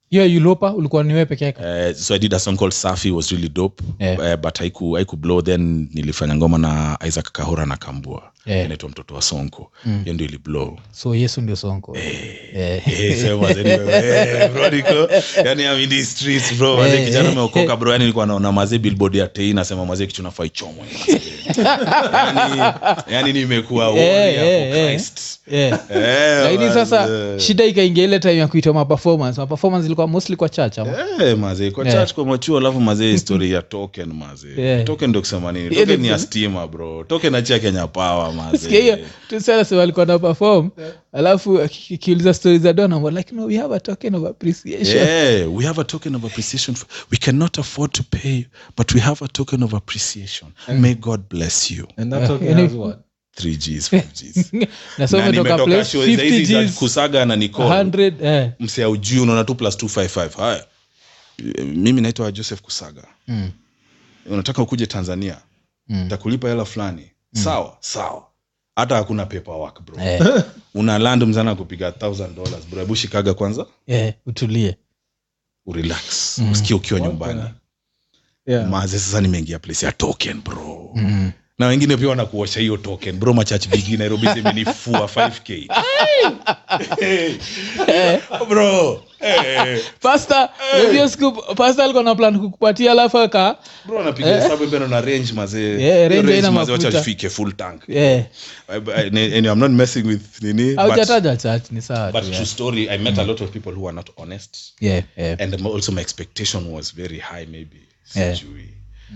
hiyo yulopa ulikuwa niwe peke yake Uh, so i did a song called safi was really dope Yeah. uh, but haiku haiku blow then nilifanya ngoma na isaac kahora na kambua Yeah. inaitwa mtoto wa sonko hiyo mm. ndio iliblow so yesu ndio sonko Eh. Eh, so was anyway, eh, bro, niko- yani, I'm in these streets, bro. Mazee, Eh, kijana eh. umeokoka, bro. Yani, nilikuwa naona mazee billboard ya tei nasema mazee kichwa nafaa ichomwe yani, yani nimekuwa warrior eh, for eh. Christ. yeah. Eh, lakini sasa mazee. shida ikaingia ile time ya kuitwa maperformance maperformance ilikuwa mostly kwa church ama Eh, mazee kwa Yeah. church kwa machuo alafu mazee history ya token mazee Yeah. token ndo kusema nini Yeah, token ni ya Eh. ndio- stima bro token achia kenya power Sikia hiyo mazee tusarasi walikuwa na perform alafu aki- akiuliza stori za dona I'm like no we have a token of appreciation Yeah, we have a token of appreciation. For, we cannot afford to pay you, but we have a token of appreciation. Mm. May God bless you. And that token any- has what? Three Gs, four Gs. na so Na umetoka nimetoka place show za hizi za 50 Gs, kusaga na Nicole. 100 eh. Mse haujui unaona tu plus 255. Haya. Eh, Mimi naitwa Joseph Kusaga. Mm, Unataka ukuje Tanzania. mm, Nitakulipa hela fulani. Sawa, sawa. Hata hakuna paperwork bro. eh, Una land mzana kupiga 1000 dollars bro. Hebu shikaga kwanza. eh, utulie Urelax. Mm. Usikie ukiwa What nyumbani. Yeah. maze sasa nimeingia place ya token bro Mm. na wengine pia wanakuosha hiyo token bro machach bigi nairobi zimenifua 5k bro eh, Pastor, unajua siku- pastor alikuwa na plan kukupatia alafu aka bro anapiga hesabu mbele na range maze Yeah, range Hiyo haina maze wacha mafuta. ifike full tank eh, I- I- anyway, i'm not messing with nini but, haujataja church ni sawa tu, but yeah. Mm. true story i met a lot of people who are not honest Yeah, eh, and m- also my expectation was very high maybe Yeah. Mm. sijui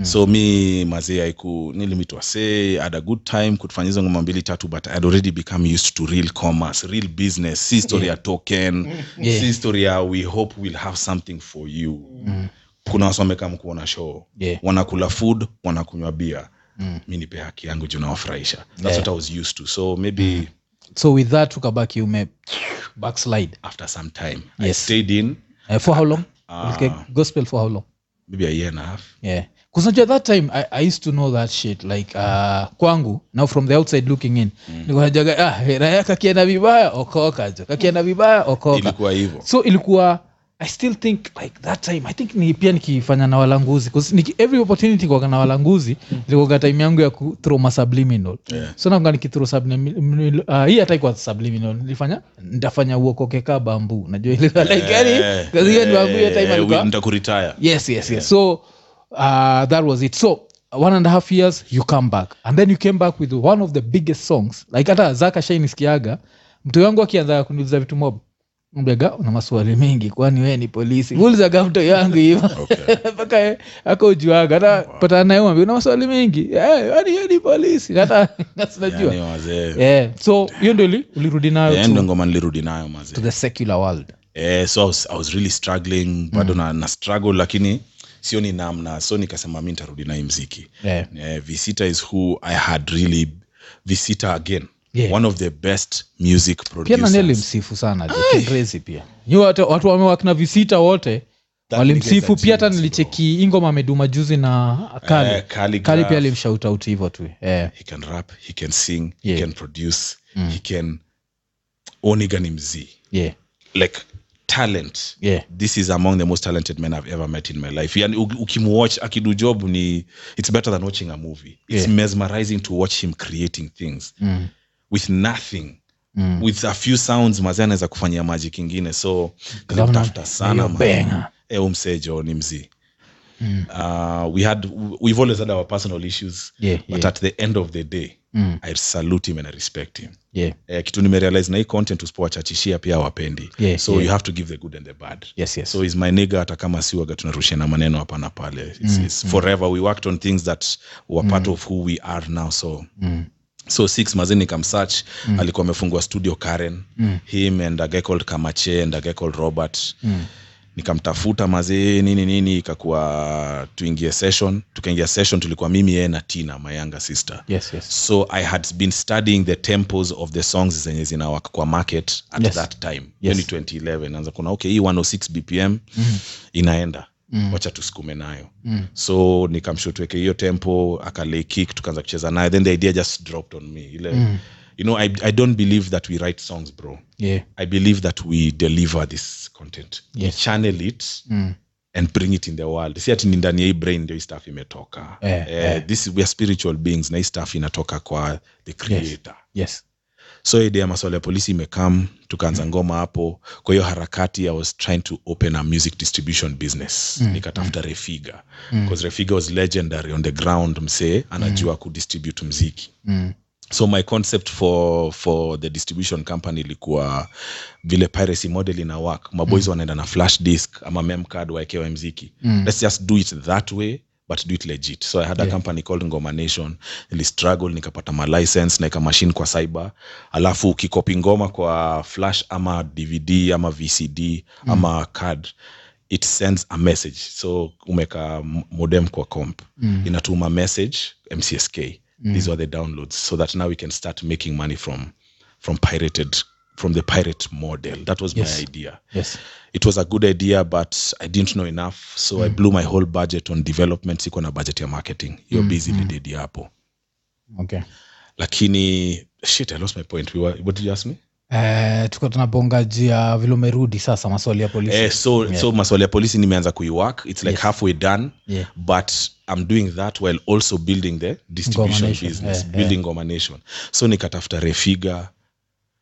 so mi mazee aiku nilimituasee had a good time kutufanya hizo ngoma mbili tatu but i had already become used to real commerce real business si story ya token Yeah. Mm. si story ya we hope we'll have something for you kuna wasomeka mkuona show Yeah. wanakula food wanakunywa bia mm. mi nipe haki yangu juu nawafurahisha that's Yeah. Mm. what i was used to so maybe so with that ukabaki ume backslide after some time i Yes. stayed in Eh, for how long Ah. Ulike- gospel for how long maybe a year and a half yeah kusanjua that time I, i used to know that shit like uh, kwangu now from the outside looking in nikonajaga ah, hera yake akienda vibaya okoka jo kakienda vibaya okoka ilikuwa hivyo so ilikuwa i still think like that time i think ni pia nikifanya na walanguzi 'cause niki, every opportunity kwaga na walanguzi ilikuwaga time yangu ya kuthrow masubliminal Yeah. so naga nikithrow subliminal uh, hii hata ikuwa subliminal nilifanya ndafanya uokokeka bambu najua ilikuwa like yani Eh, kazi hiyo ni bambu hiyo eh, time eh, alikuwa nitakuretire. yes yes yes so uh, that was it so one and a half years you come back and then you came back with one of the biggest songs like hata zaka shainiskiaga mtu wangu akianza kuniuliza vitu mob mbega una maswali mengi kwani wee ni polisi ulizaga mto yangu hivo Okay. mpaka ako ujuaga hata patana naye mwambia una maswali mengi "Eh, kwani wee ni polisi hata sinajua Yaani wazee yeah. so hiyo ndio uli- ulirudi nayo Eh, to, ndo ngoma nilirudi nayo mazee to the secular world eh, so I was, I was really struggling Mm. bado na, na struggle lakini sio ni namna so nikasema mi nitarudi na hii mziki yeah. eh, visita is who i had really visita again Yeah. one of the best music pia nani producers alimsifu sana jo, King Crazy pia Nyu watu, watu wamewakina visita wote That walimsifu nigga's a pia hata genius, nilicheki ingoma ameduma juzi na kali Eh, Kali kali Graf. pia alimshautauti hivyo tu eh. he can rap he can sing Yeah. Mm. he can produce he can oniga ni mzii yeah. like talent Yeah. this is among the most talented men i've ever met in my life yani u- ukimwatch akidu job ni it's better than watching a movie it's Yeah. mesmerizing to watch him creating things Mm. with nothing Mm. with a few sounds mazee anaweza kufanyia maji kingine so nilimtafuta sana hiyo man. benga. Eh, huyu msee jo ni mzii Mm. uh, we had we've always had our personal issues Yeah, but yeah. at the end of the day Mm. i salute him and i respect him Yeah. eh, kitu nimerealize na hii content usipowachachishia pia wapendi Yeah, so yeah. you have to give the good and the bad Yes, yes. so is my nigga hata kama siwaga tunarushiana maneno hapa na pale it's, mm, it's forever we worked on things that were part of who we are now so Mm. so six mazini kamsach mm. alikuwa amefungwa studio karen mm. him and a guy called kamache and a guy called robert mm nikamtafuta mazee nini nini ikakuwa tuingie session tukaingia session tulikuwa mimi yeye na tina my younger sister Yes, yes. so i had been studying the tempos of the songs zenye zinawak kwa market at Yes. that time Yes. yes. ni 2011 anza kuna okay hii 106 bpm mm. inaenda mm. wacha tusukume nayo mm. so nikamshutweke hiyo tempo akalay kick tukaanza kucheza nayo then the idea just dropped on me ile mm. you know I, i don't believe that we write songs bro Yeah. i believe that we deliver this content Yes. we channel it Mm. and bring it in the world si ati ni ndani ya hii brain ndio hii stuff imetoka Eh, eh. this we are spiritual beings na hii stuff inatoka kwa the creator Yes. so idea ya maswala ya polisi imekam tukaanza ngoma hapo kwa hiyo harakati i was trying to open a music distribution business mm. nikatafuta refiga because refiga was legendary on the ground msee anajua kudistribute mziki Mm. so my concept for for the distribution company ilikuwa vile piracy model ina work maboys mm. wanaenda na flash disk ama mem card waekewa mziki mm. let's just do it that way but do it legit so i had yeah. a company called ngoma nation ili struggle nikapata ma license naika machine kwa cyber alafu ukikopi ngoma kwa flash ama dvd ama vcd mm. ama card it sends a message so umeka m- modem kwa comp mm. inatuma message mcsk mm. these are the downloads so that now we can start making money from from pirated from the pirate model that was Yes. my idea Yes. it was a good idea but i didn't know enough so mm. i blew my whole budget on development sikuwa na budget ya marketing hiyo mm. busy dididi hapo Okay. lakini shit i lost my point we were, what did you ask me Eh, tuko tunabonga jia vile umerudi sasa maswali ya polisi eh, so, so maswali ya polisi nimeanza kuiwork it's like Yes. halfway done Yeah. but i'm doing that while also building the distribution Nation, business eh, eh. building Ngoma nation so nikatafuta refiga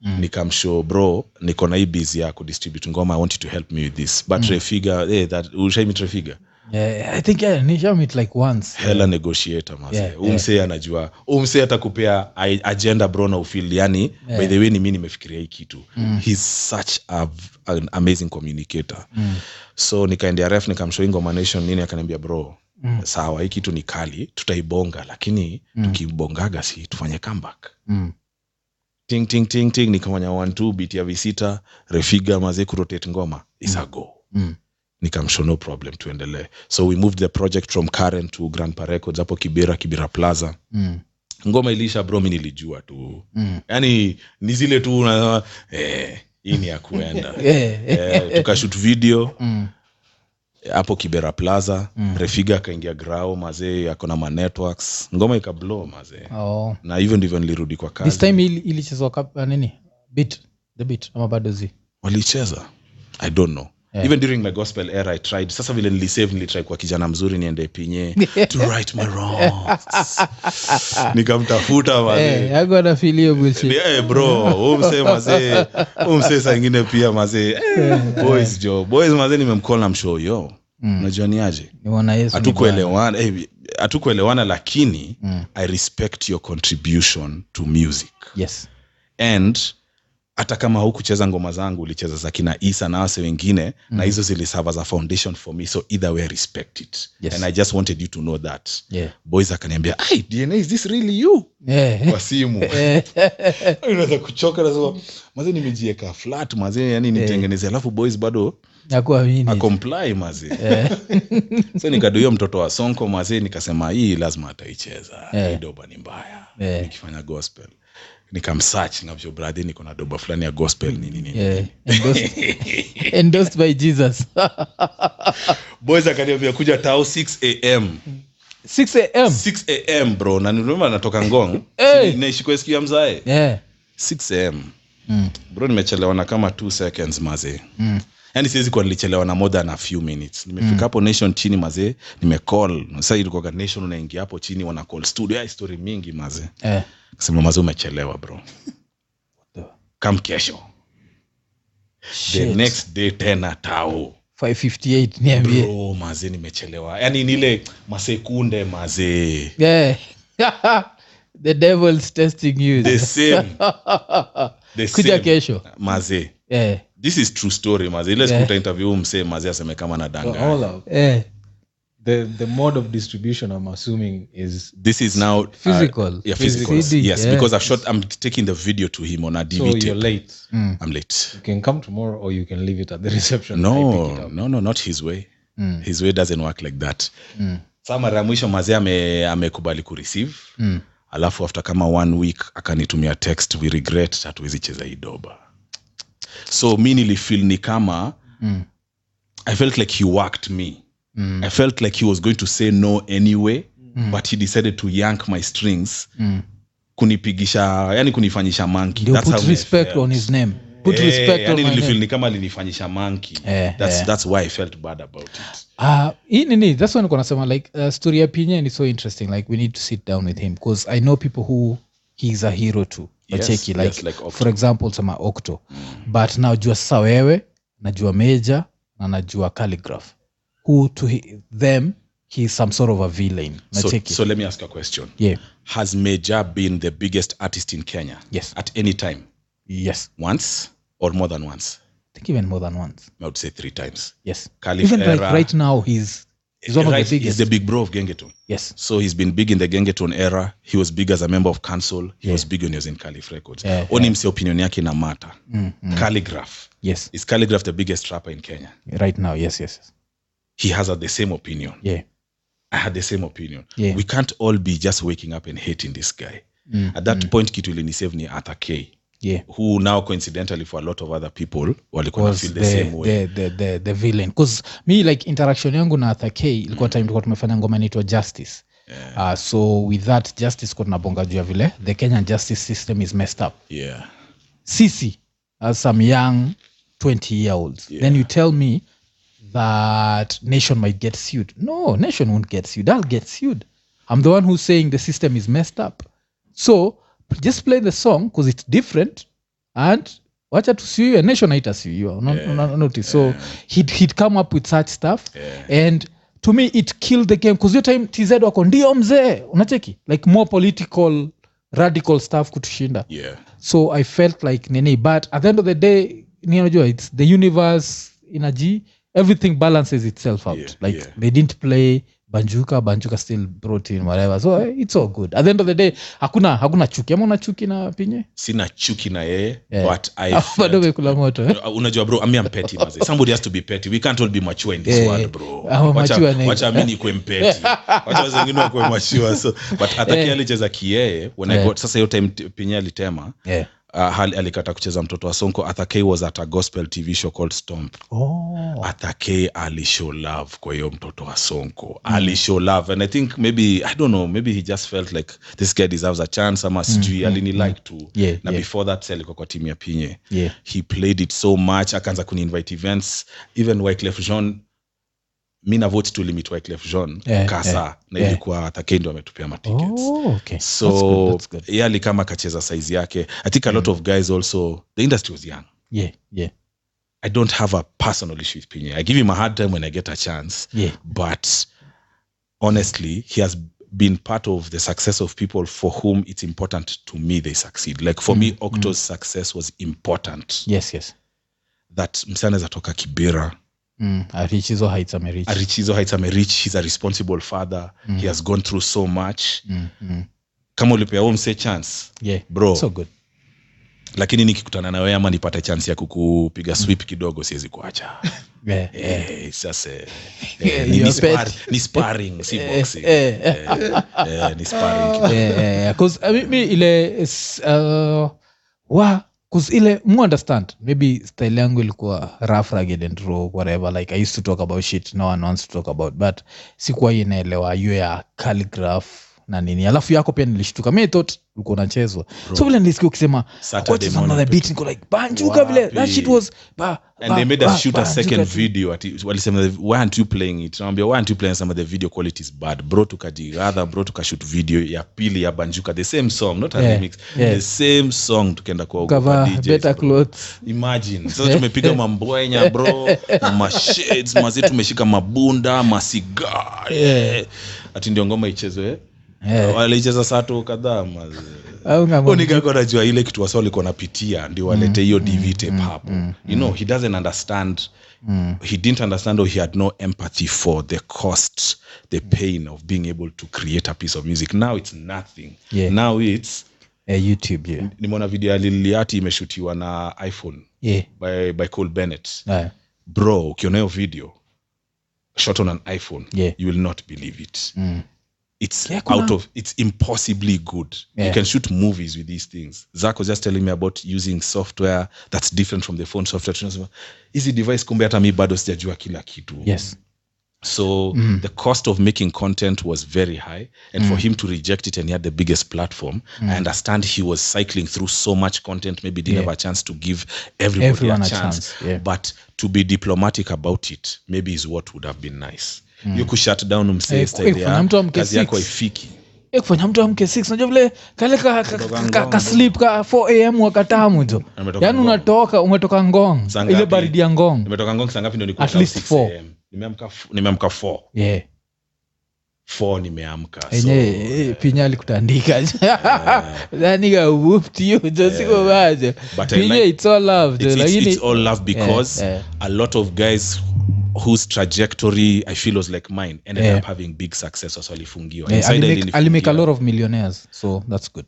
Mm. nikamshow bro niko na hii busy ya kudistribute ngoma i want you to help me with this but Mm. refiga eh, that ushaimit refiga Eh, i think yeah, nishamit like once hela negotiator mazee Yeah, yeah, yeah, umsee anajua umsee atakupea ai- agenda bro na ufil yani yeah. by the way ni mi nimefikiria hii kitu mm. he's such a, v- an amazing communicator mm. so nikaendea ref nikamshoi ngoma nation nini akaniambia bro mm. sawa hii kitu ni kali tutaibonga lakini mm. tukibongaga si tufanye comeback mm. ting ting ting ting nikamanya one two beat ya visita refiga mazee kurotate ngoma isago mm Mm. nikamsho no problem tuendelee so we moved the project from karen to grandpa records hapo kibera kibera plaza Mm. ngoma iliisha bromi nilijua tu Mm. yani ni zile tu unasema eh, hii ni ya kuenda Eh, eh, eh, tukashut video mm. hapo kibera plaza mm. refiga akaingia grao mazee ako na manetworks ngoma ikablo mazee oh. na hivyo ndivyo nilirudi kwa this kazi time ili- ilichezwa kap- ah, nini bit the bit ama bado zi walicheza i don't know Yeah. even during my gospel era i tried sasa vile nilisave nilitry kwa kijana mzuri niende pinye to right my wrongs nikamtafuta mazee Eh, hakuwa na feel hiyo bullshit. Yeah, bro Huyu msee mazee huyu msee saa ingine pia mazee eh, boys jo boys mazee nimemcall na mshow yo Mm. unajua ni aje Nimeona Yesu ni Bwana. hatukuelewana eh, hatukuelewana lakini Mm. i respect your contribution to music yes and hata kama hukucheza ngoma zangu ulicheza za kina isa na wase wengine mm. na hizo zilisava za foundation for me so either way I respect it Yes. and i just wanted you to know that yeah boys akaniambia "Ai, dna is this really you yeah kwa simu Eh, unaweza kuchoka nasema mazee nimejieka flat mazee Eh. yani nitengeneze alafu boys bado nakuamini. acomply mazee Eh. so nikaduia mtoto wa sonko mazee nikasema hii lazima ataicheza Eh. hii doba ni mbaya Eh. nikifanya gospel nikamsach nikamsho bradhi niko na doba fulani ya gospel ni nini nini. Yeah. Endorsed- endorsed by jesus boys akaniambia kuja tao 6 am Hmm. 6 am 6 am bro na nilimba natoka ngong Hey. Si naishi kwa siku ya mzae yeah 6 am mm. bro nimechelewa na kama 2 seconds mazee Mm. yani siwezi kuwa nilichelewa na more than a few minutes nimefika hapo nation chini mazee nimecall sasa ilikuwa nation unaingia hapo chini wana call studio ya story mingi mazee Eh. sema mazee umechelewa bro kam kesho the Shit. next day tena tao 558 niambie bro mazee nimechelewa yani nile masekunde mazee yeah the devil's testing you the same the kuja same kesho mazee yeah this is true story mazee ile Yeah. Oh, sikuta interview msee mazee aseme kama na danga all out. yeah The, the mode of distribution I'm assuming is this is now uh, Physical. yeah, physical. Physical. yes Yeah. because i've shot i'm taking the video to him on a so dv you're tape late. mm. i'm late You can come tomorrow or you can leave it at the reception. I pick it no up. no no not his way Mm. his way doesn't work like that Mm. sa mara ya mwisho mazee ame- amekubali kureceive Mm. alafu after kama one week akanitumia text we regret hatuwezi cheza hii doba so mi nilifil ni kama Mm. i felt like he worked me Mm. i felt like he was going to say no anyway mm. but he decided to yank my strings Mm. kunipigisha yani kunifanyisha monkey. Ndio That's put how I respect felt. on his name put Eh, respect on yani my name nilifeel ni kama alinifanyisha manki Eh, that's, eh. that's why i felt bad about it Ah, hii nini that's why niko nasema like uh, story ya pinyen is so interesting like we need to sit down with him because i know people who he's a hero to Yes, wacheki like, yes, like Octo. Mm. for example sama octo but najua sasa wewe najua meja na najua calligraph who to he, them he is some sort of a villain so, nacheki so let me ask you a question yeah has major been the biggest artist in kenya yes at any time yes once or more than once i think even more than once i would say three times yes Caliph even right, era. right now he's he's one Right, of the biggest he's the big bro of gengeton yes so he's been big in the gengeton era he was big as a member of council he was big when he was in calif records Yeah, yeah, onimsi opinion yake na mata mm, calligraph yes is calligraph the biggest rapper in kenya right now yes yes yes. he has had the same opinion yeah i had the same opinion Yeah. we can't all be just waking up and hating this guy Mm, at that point kitu ilinisave ni arthur k yeah who now coincidentally for a lot of other people walikuwa na was feel the, the, same the, way the, the, the villain bcause mi like interaction yangu na Arthur K ilikuwa time tulikuwa tumefanya ngoma inaitwa justice yeah. uh, so with that justice kuwa tunabonga juu ya vile the kenyan justice system is messed up yeah sisi as some young 20 year olds yeah. then you tell me that nation might get sued no nation won't get sued i'll get sued i'm the one who's saying the system is messed up so just play the song because it's different and wacha tusiuiwe nation haitasiuiwa Una- una- notice so he'd, he'd come up with such stuff and to me it killed the game because hiyo time tz wako ndio mzee unacheki like more political radical stuff kutushinda yeah so i felt like nini but at the end of the day ninajua it's the universe energy everything balances itself out Yeah, like yeah. they didn't play banjuka banjuka still brought in whatever so eh, it's all good at the end of the day hakuna hakuna chuki ama una chuki na pinye sina chuki na yeye Yeah. Ah, but i Alafu bado felt umekula moto eh? Uh, unajua bro ami am petty maze somebody has to be petty we can't all be mature in this Yeah, world yeah. bro Our mature wacha neighbor. wacha mimi nikwe mpeti wacha wengine wakwe mature so but hata yeah. alicheza kiyeye when i Yeah. got sasa hiyo time t- pinye alitema yeah. uh, hali alikataa kucheza mtoto wa sonko Arthur K was at a gospel tv show called stomp oh. Arthur K alishow love kwa hiyo mtoto wa sonko Mm. alishow love and i think maybe i don't know maybe he just felt like this guy deserves a chance ama sijui alini like tu Mm, Yeah, na yeah. before that si alikuwa kwa timu ya pinye Yeah. he played it so much akaanza kuniinvite events even wyclef jean mi na vote to limit wyclef jean Yeah, kasa yeah, na yeah. ilikuwa Arthur K ndo ametupea matickets Oh, okay. so That's good, that's good. ye alikama akacheza saizi yake i think a lot of guys also the industry was young Yeah, yeah, i don't have a personal issue with pinye i give him a hard time when i get a chance yeah. but honestly he has been part of the success of people for whom it's important to me they succeed like for me octo's success was important Yes, yes. that msana zatoka kibera Mm. I've reached hizo heights americh arich hizo heights americh he's a responsible father mm. he has gone through so much mm. mm. kama ulipea huo mse chance yeah. Bro. so good lakini nikikutana na wewe ama nipate chance ya kukupiga sweep kidogo siwezi kuacha yeah. Eh, it's just, eh, Yeah, eh, ni- you ni are pet. spar- ni sparring si Eh, ah, boxing eh, eh. Eh, ni sparring kidogo. yeah, eh, yeah, yeah. 'Cause, I mean, mi ile s- uh, wa 'cause ile mu understand maybe style yangu ilikuwa rough rugged and raw whatever like i used to talk about shit no one wants to talk about but sikuwa inaelewa hiyo ya calligraph na nini alafu yako pia nilishtuka mi thought ulikuwa unachezwa so vile nilisikia ukisema Saturday morning another beat niko like banjuka vile that shit was ba, and ba, they made ba, us shoot a banjuka second tu. video ati walisema why aren't you playing it naambia why aren't you playing some of the video quality is bad bro tukajigadha bro tukashoot video ya pili ya banjuka the same song not a Yeah, remix yeah. the same song tukaenda Ukavaa kwa DJs, better bro. clothes imagine sasa tumepiga mambwenya bro na mashades mazi tumeshika mabunda masiga yeah. ati ndio ngoma ichezwe eh? Yeah. walicheza sato kadhaa mazi Au ngamo- onigako anajua ile kitu wasa walikuwa napitia ndio walete hiyo dv tape hapo you know he doesn't understand he didn't understand or he had no empathy for the cost the pain of being able to create a piece of music now it's nothing Yeah. now it's Eh, youtube yeah. nimeona video ya liliati imeshutiwa na iphone Yeah. by, by cole bennett Yeah. bro ukiona hiyo video shot on an iphone Yeah. you will not believe it Mm. it's Yeah, kuna- out of it's impossibly good Yeah. you can shoot movies with these things zach was just telling me about using software that's different from the phone software tunasema hizi device kumbe hata mi bado sijajua kila kitu yes so Mm. the cost of making content was very high and for him to reject it and he had the biggest platform Mm. i understand he was cycling through so much content maybe didn't have a chance to give everybody Everyone a a chance, chance, yeah. but to be diplomatic about it maybe is what would have been nice you could shut down um, Eh, msee eh, style kuna ya- mtu amke kazi yako six. haifiki. Eh, kufanya mtu amke 6 unajua vile kale ka, ka, ka, ka, Ngong. ka sleep ka 4 am wakatamu jo Ametoka yaani Ngong. unatoka umetoka ngong Saa ile ngapi? baridi ya ngong nimetoka ngong saa ngapi ndio niko At down least 6 four. AM? nimeamka f- nimeamka four. yeah Four nimeamka so, enye eh, pinya alikutandika aniga whooped you jo siko baje But I pinya like- it's all love jo it's, it's, lakini it's all love because Yeah, yeah. a lot of guys whose trajectory i feel was like mine ended Yeah. up having big success wasi walifungiwa eh, Insider alimake- ilinifungia. alimake a lot of millionaires so that's good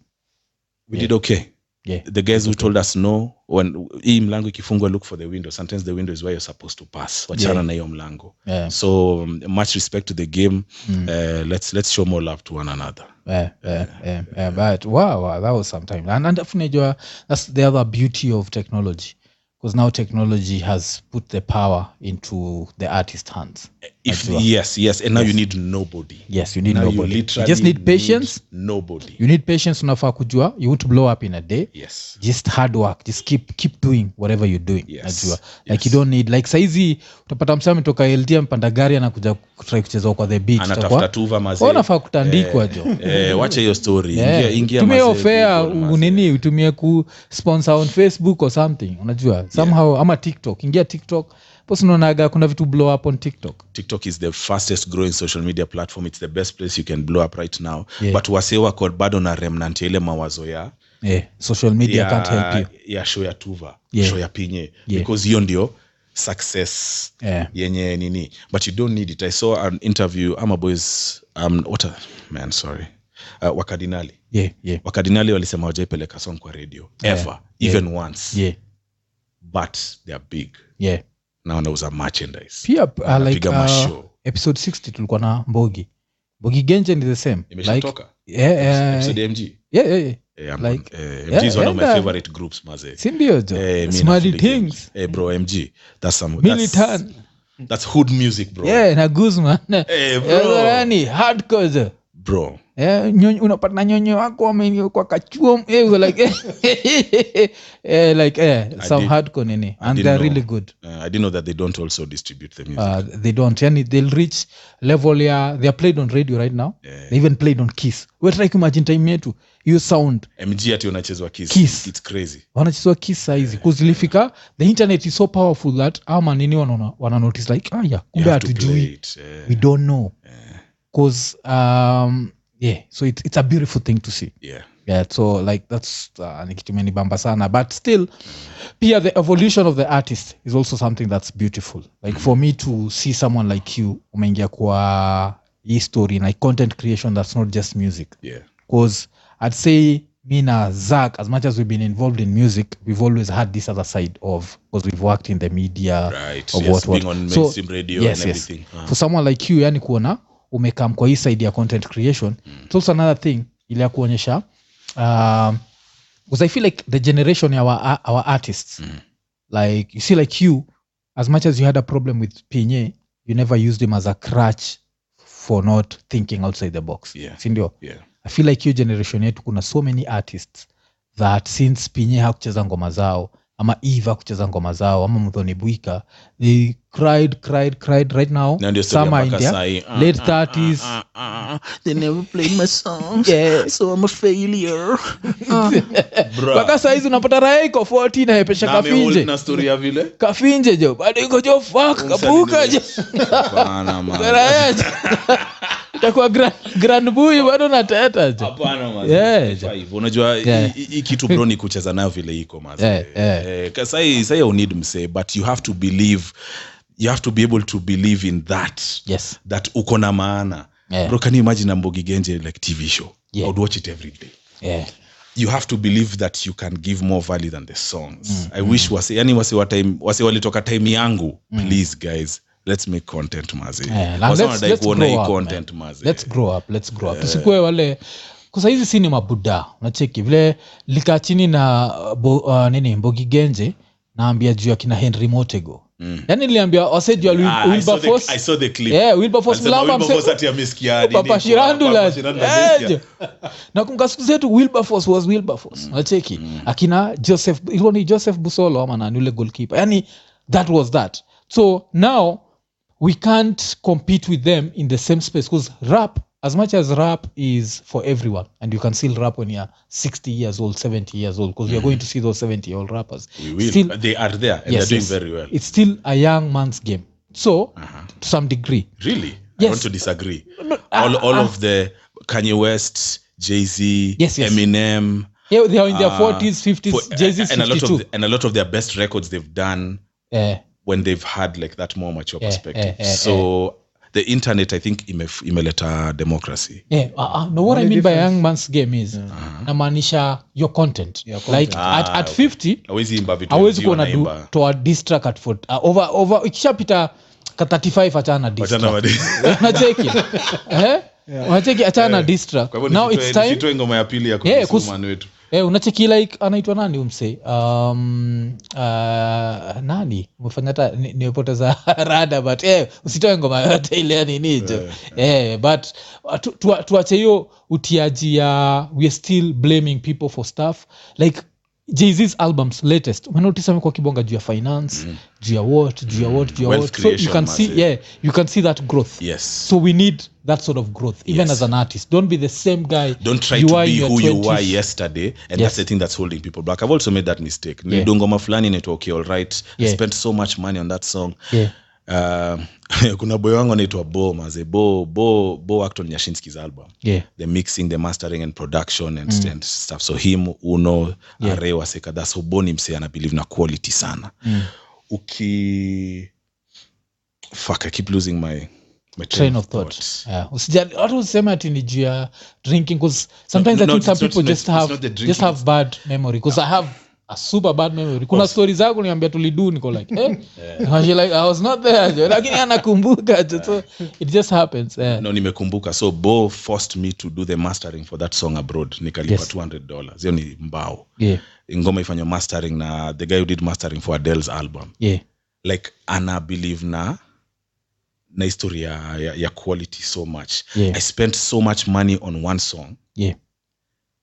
we did okay yeah the guys who told us no when hii mlango ikifungwa look for the window sometimes the window is where you're supposed to pass wachana na hiyo mlango Yeah. Mm. so um, much respect to the game uh, let's, let's show more love to one another Yeah, yeah, yeah, yeah, eh, but wow, wow, that was some time. And, and if unajua, that's the other beauty of technology because now technology has put the power into the artist's hands. if, yes yes and now you need nobody Yes, you need Now you nobody. You literally just need patience. nobody You need patience unafaa kujua you won't blow up in a day. yes Just hard work. Just keep keep doing whatever you're doing. Yes, Najua. Like you don't need like saizi utapata msee ametoka LD mpanda gari anakuja kutry kucheza kwa the beach. anatafuta tuva mazee. Unafaa kutandikwa jo. eh, wacha hiyo story ingia, Yeah. ingia tumie mazee ofea Google, mazee. nini utumie ku sponsor on facebook or something unajua somehow ama tiktok ingia tiktok posinaonaga kuna vitu blow up on tiktok tiktok is the fastest growing social media platform it's the best place you can blow up right now Yeah. but wasee wako bado na remnant ya ile mawazo ya yeah. social media can't help you ya, ya show ya tuva Yeah. show ya pinye Yeah. because hiyo ndio success Yeah. yenye nini but you don't need it i saw an interview ama boys um, what a, man sorry uh, wakardinali yeah, yeah. wakardinali walisema wajaipeleka song kwa radio ever even once Yeah. but they are big Yeah. na wanauza merchandise pia uh, like, Wanapiga uh, mashow. episode 60 tulikuwa na mbogi mbogi genje ni the same like, imeshatoka yeah, yeah, episode ya mg yeah, yeah, yeah. Eh, I'm Like, on- eh, yeah, MG is one of my enda. favorite groups maze sindio jo Eh, me smarty nafuatilia MG. things Eh, bro mg that's some that's, militan that's hood music bro yeah na guzman Eh, bro. yani hardcore jo bro Eh, nyonyo- unapata na nyonyo wako ame- kwa kachuom eh, we're like eh, eh, like eh, some did- hardcore nini and didn't they're know. really good uh, i didn't know that they don't also distribute the music uh, they don't yani they'll reach level ya they are played on radio right now Eh. they even played on kiss we try kuimagine time yetu hiyo sound mg ati unachezwa kiss. Kiss. it's crazy wanachezwa kiss saizi kuzilifika the internet is so powerful that ama nini wanaona wananotice like ah yeah you kumbe have to play hatujui it eh. we don't know cause um yeah so it, it's a beautiful thing to see yeah yeah so like that's uh, ni kitu imenibamba sana but still pia the evolution of the artist is also something that's beautiful like for me to see someone like you umeingia kwa hii story like content creation that's not just music yeah because i'd say me na zach as much as we've been involved in music we've always had this other side of because we've worked in the media right of yes, what, what. being on So, mainstream radio yes, and yes. everything Ah. for someone like you yani kuona umekam kwa hii side ya content creation Mm. it's also another thing ile ya kuonyesha um, 'cause i feel like the generation ya our, our artists Mm. like you see like you as much as you had a problem with pinye you never used him as a crutch for not thinking outside the box Yeah. sindio yeah i feel like hiyo generation yetu kuna so many artists that since pinye hakucheza ngoma zao ama eve hakucheza ngoma zao ama mdhoni bwika they cried cried cried right now na ndio story some are in mpaka their sahi. Ah, late ah, 30s. ah, ah, ah. they never played my songs Yeah. so i'm a failure Bruh. mpaka sahizi unapata raya iko 40 naepesha Na amehold kafinje na story ya vile kafinje jo bado iko jo fak kabuka jo Hapana, man. raya jo takuwa grand bui bado nateta jo Hapana, man. Yeah, Fai, unajua hii Yeah. hii kitu bro ni kucheza nayo vile iko man. Yeah, yeah. Eh, ka- sahi- sahi you need msee but you have to believe you have to be able to believe in that yes that uko na maana Yeah. bro can you imagine ambogi genje like tv show Yeah. i would watch it every day yeah you have to believe that you can give more value than the songs Mm, i wish wase yani wase wa time wase walitoka time yangu please guys let's make content mazi Mm. Yeah, and Wase let's- wanadai let's kuona hii grow up, content mazi let's grow up let's grow Eh. up tusikue wale kusahizi si ni mabuda unacheki vile likaa chini na uh, bo, uh, nini mbogi genje naambia juu ya kina henry motego mm. yani niliambia wase juu ya Wil- Ah, I saw the- Wilberforce- I saw the clip. Yeah, Wilberforce Alisema Mlamba, Wilberforce mse- ati amesikia nini? Papa Kwa- Shirandula. Papa Shirandula amesikia. Eh, nakumbuka siku zetu wilberforce was wilberforce Mm. unacheki akina joseph ilikuwa ni joseph busolo ama nani ule goalkeeper yani that was that so now we can't compete with them in the same space because rap as much as rap is for everyone and you can still rap when you're 60 years old 70 years old because you're going to see those 70 year old rappers Mm. We will. still they are there yes, and they're doing yes. very well Uh-huh. it's still a young man's game so to some degree really i Yes. ah, want to disagree all, all of the kanye west jay-z Yes, yes. eminem yeah, they are in their uh, 40s 50s for- jerseys and a lot 52 of the, and a lot of their best records they've done Eh. when they've had like that more mature Yeah, perspective yeah, yeah, so the internet i think imef- imeleta democracy Yeah, uh, uh, no, what I mean Only by difference- Uh-huh. young man's game is namaanisha your content, Your content. like at, Mm. Ah, at 50 awezi imba vitu awezi MG kuwa na du- wanaimba. toa distrack at 40 Ah, over over ikishapita ka 35 achana na diss Wachana track. wadi- unacheki eh unacheki achana na diss track. Eh. Kwa hivyo eh, now nisitoe- it's time nisitoe ngoma ya pili ya Yeah, kuhusu kus- man wetu eh unacheki like anaitwa nani umse um uh, nani umefanya hata ni- nimepoteza rada but eh usitoe ngoma yote ile ya nini hicho Eh, eh but uh, tu- tua- tuache hiyo utiaji ya we're still blaming people for stuff like jz's albums latest umenotisa amekuwa kibonga juu ya finance mm. juu ya what juu ya what juu ya Mm. Wealth what so you creation, can see massive. yeah you can see that growth yes so we need that sort of growth even Yes. as an artist don't be the same guy don't try you to are in be your who you were 20s. yesterday and Yes. that's the thing that's holding people back i've also made that mistake nilido ngoma fulani naitwa okay all right Yeah. i spent so much money on that song yeah. Um, kuna boy wangu anaitwa bo maze bo bo bo acton nyashinski's album Yeah. the mixing the mastering and production and, Mm. and stuff so him uno yeah. are wasekadha so boni mse anabelieve na quality sana mm. uki fuck i keep losing my my train of thought Yeah. Usija- watu useme ati ni juu ya drinking 'cause sometimes No, i no, think no, some it's not- people it's just not- it's have not the drinking, just have bad memory because i have a super bad memory kuna stori zangu niambia tulidu niko like eh? And she like i was not there jo lakini anakumbuka jo so it just happens eh. no nimekumbuka so bo forced me to do the mastering for that song abroad nikalipa Yes. $200 hiyo ni mbao yeah ngoma ifanywa mastering na the guy who did mastering for adels album yeah like ana believe na na history ya, ya, ya quality so much Yeah. i spent so much money on one song yeah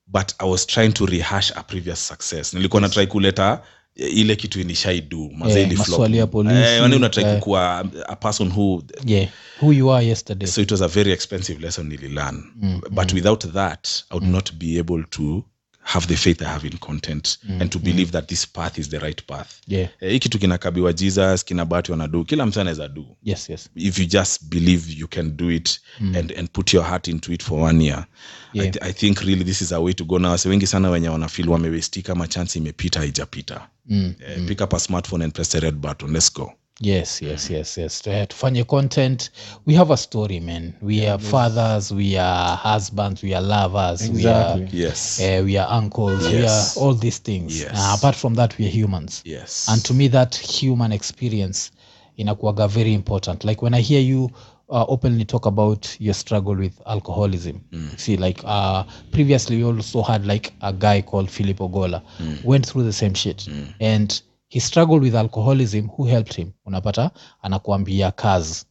but i was trying to rehash a previous success nilikuwa yes. natrai kuleta eh, ile kitu inishaidu Eh, maswali ya polisi, unatrai eh. kukuwa a person who yeah who you are yesterday so it was a very expensive lesson nili learn Mm, but without that i would not be able to have the faith i have in content Mm, and to believe that this path is the right path yeah Eh, hii kitu kinakabiwa jesus kina bati wanadu kila mtu anaweza do yes yes if you just believe you can do it mm. and, and put your heart into it for one year I, Yeah. th- i think really this is a way to go na wase wengi sana wenye wanafil wamewestika ama chance imepita haijapita mm. eh, pick up a smartphone and press the red button let's go yes yes yes yes Tu- tufanye content we have a story man we are fathers we are husbands we are lovers we are Exactly. yes uh, we are uncles we Yes. are all these things Yes. uh, apart from that we are humans yes and to me that human experience inakuaga very important like when i hear you uh, openly talk about your struggle with alcoholism Mm. see like uh, previously we also had like a guy called philip ogola Mm. went through the same shit and he struggled with alcoholism who helped him unapata anakuambia kazi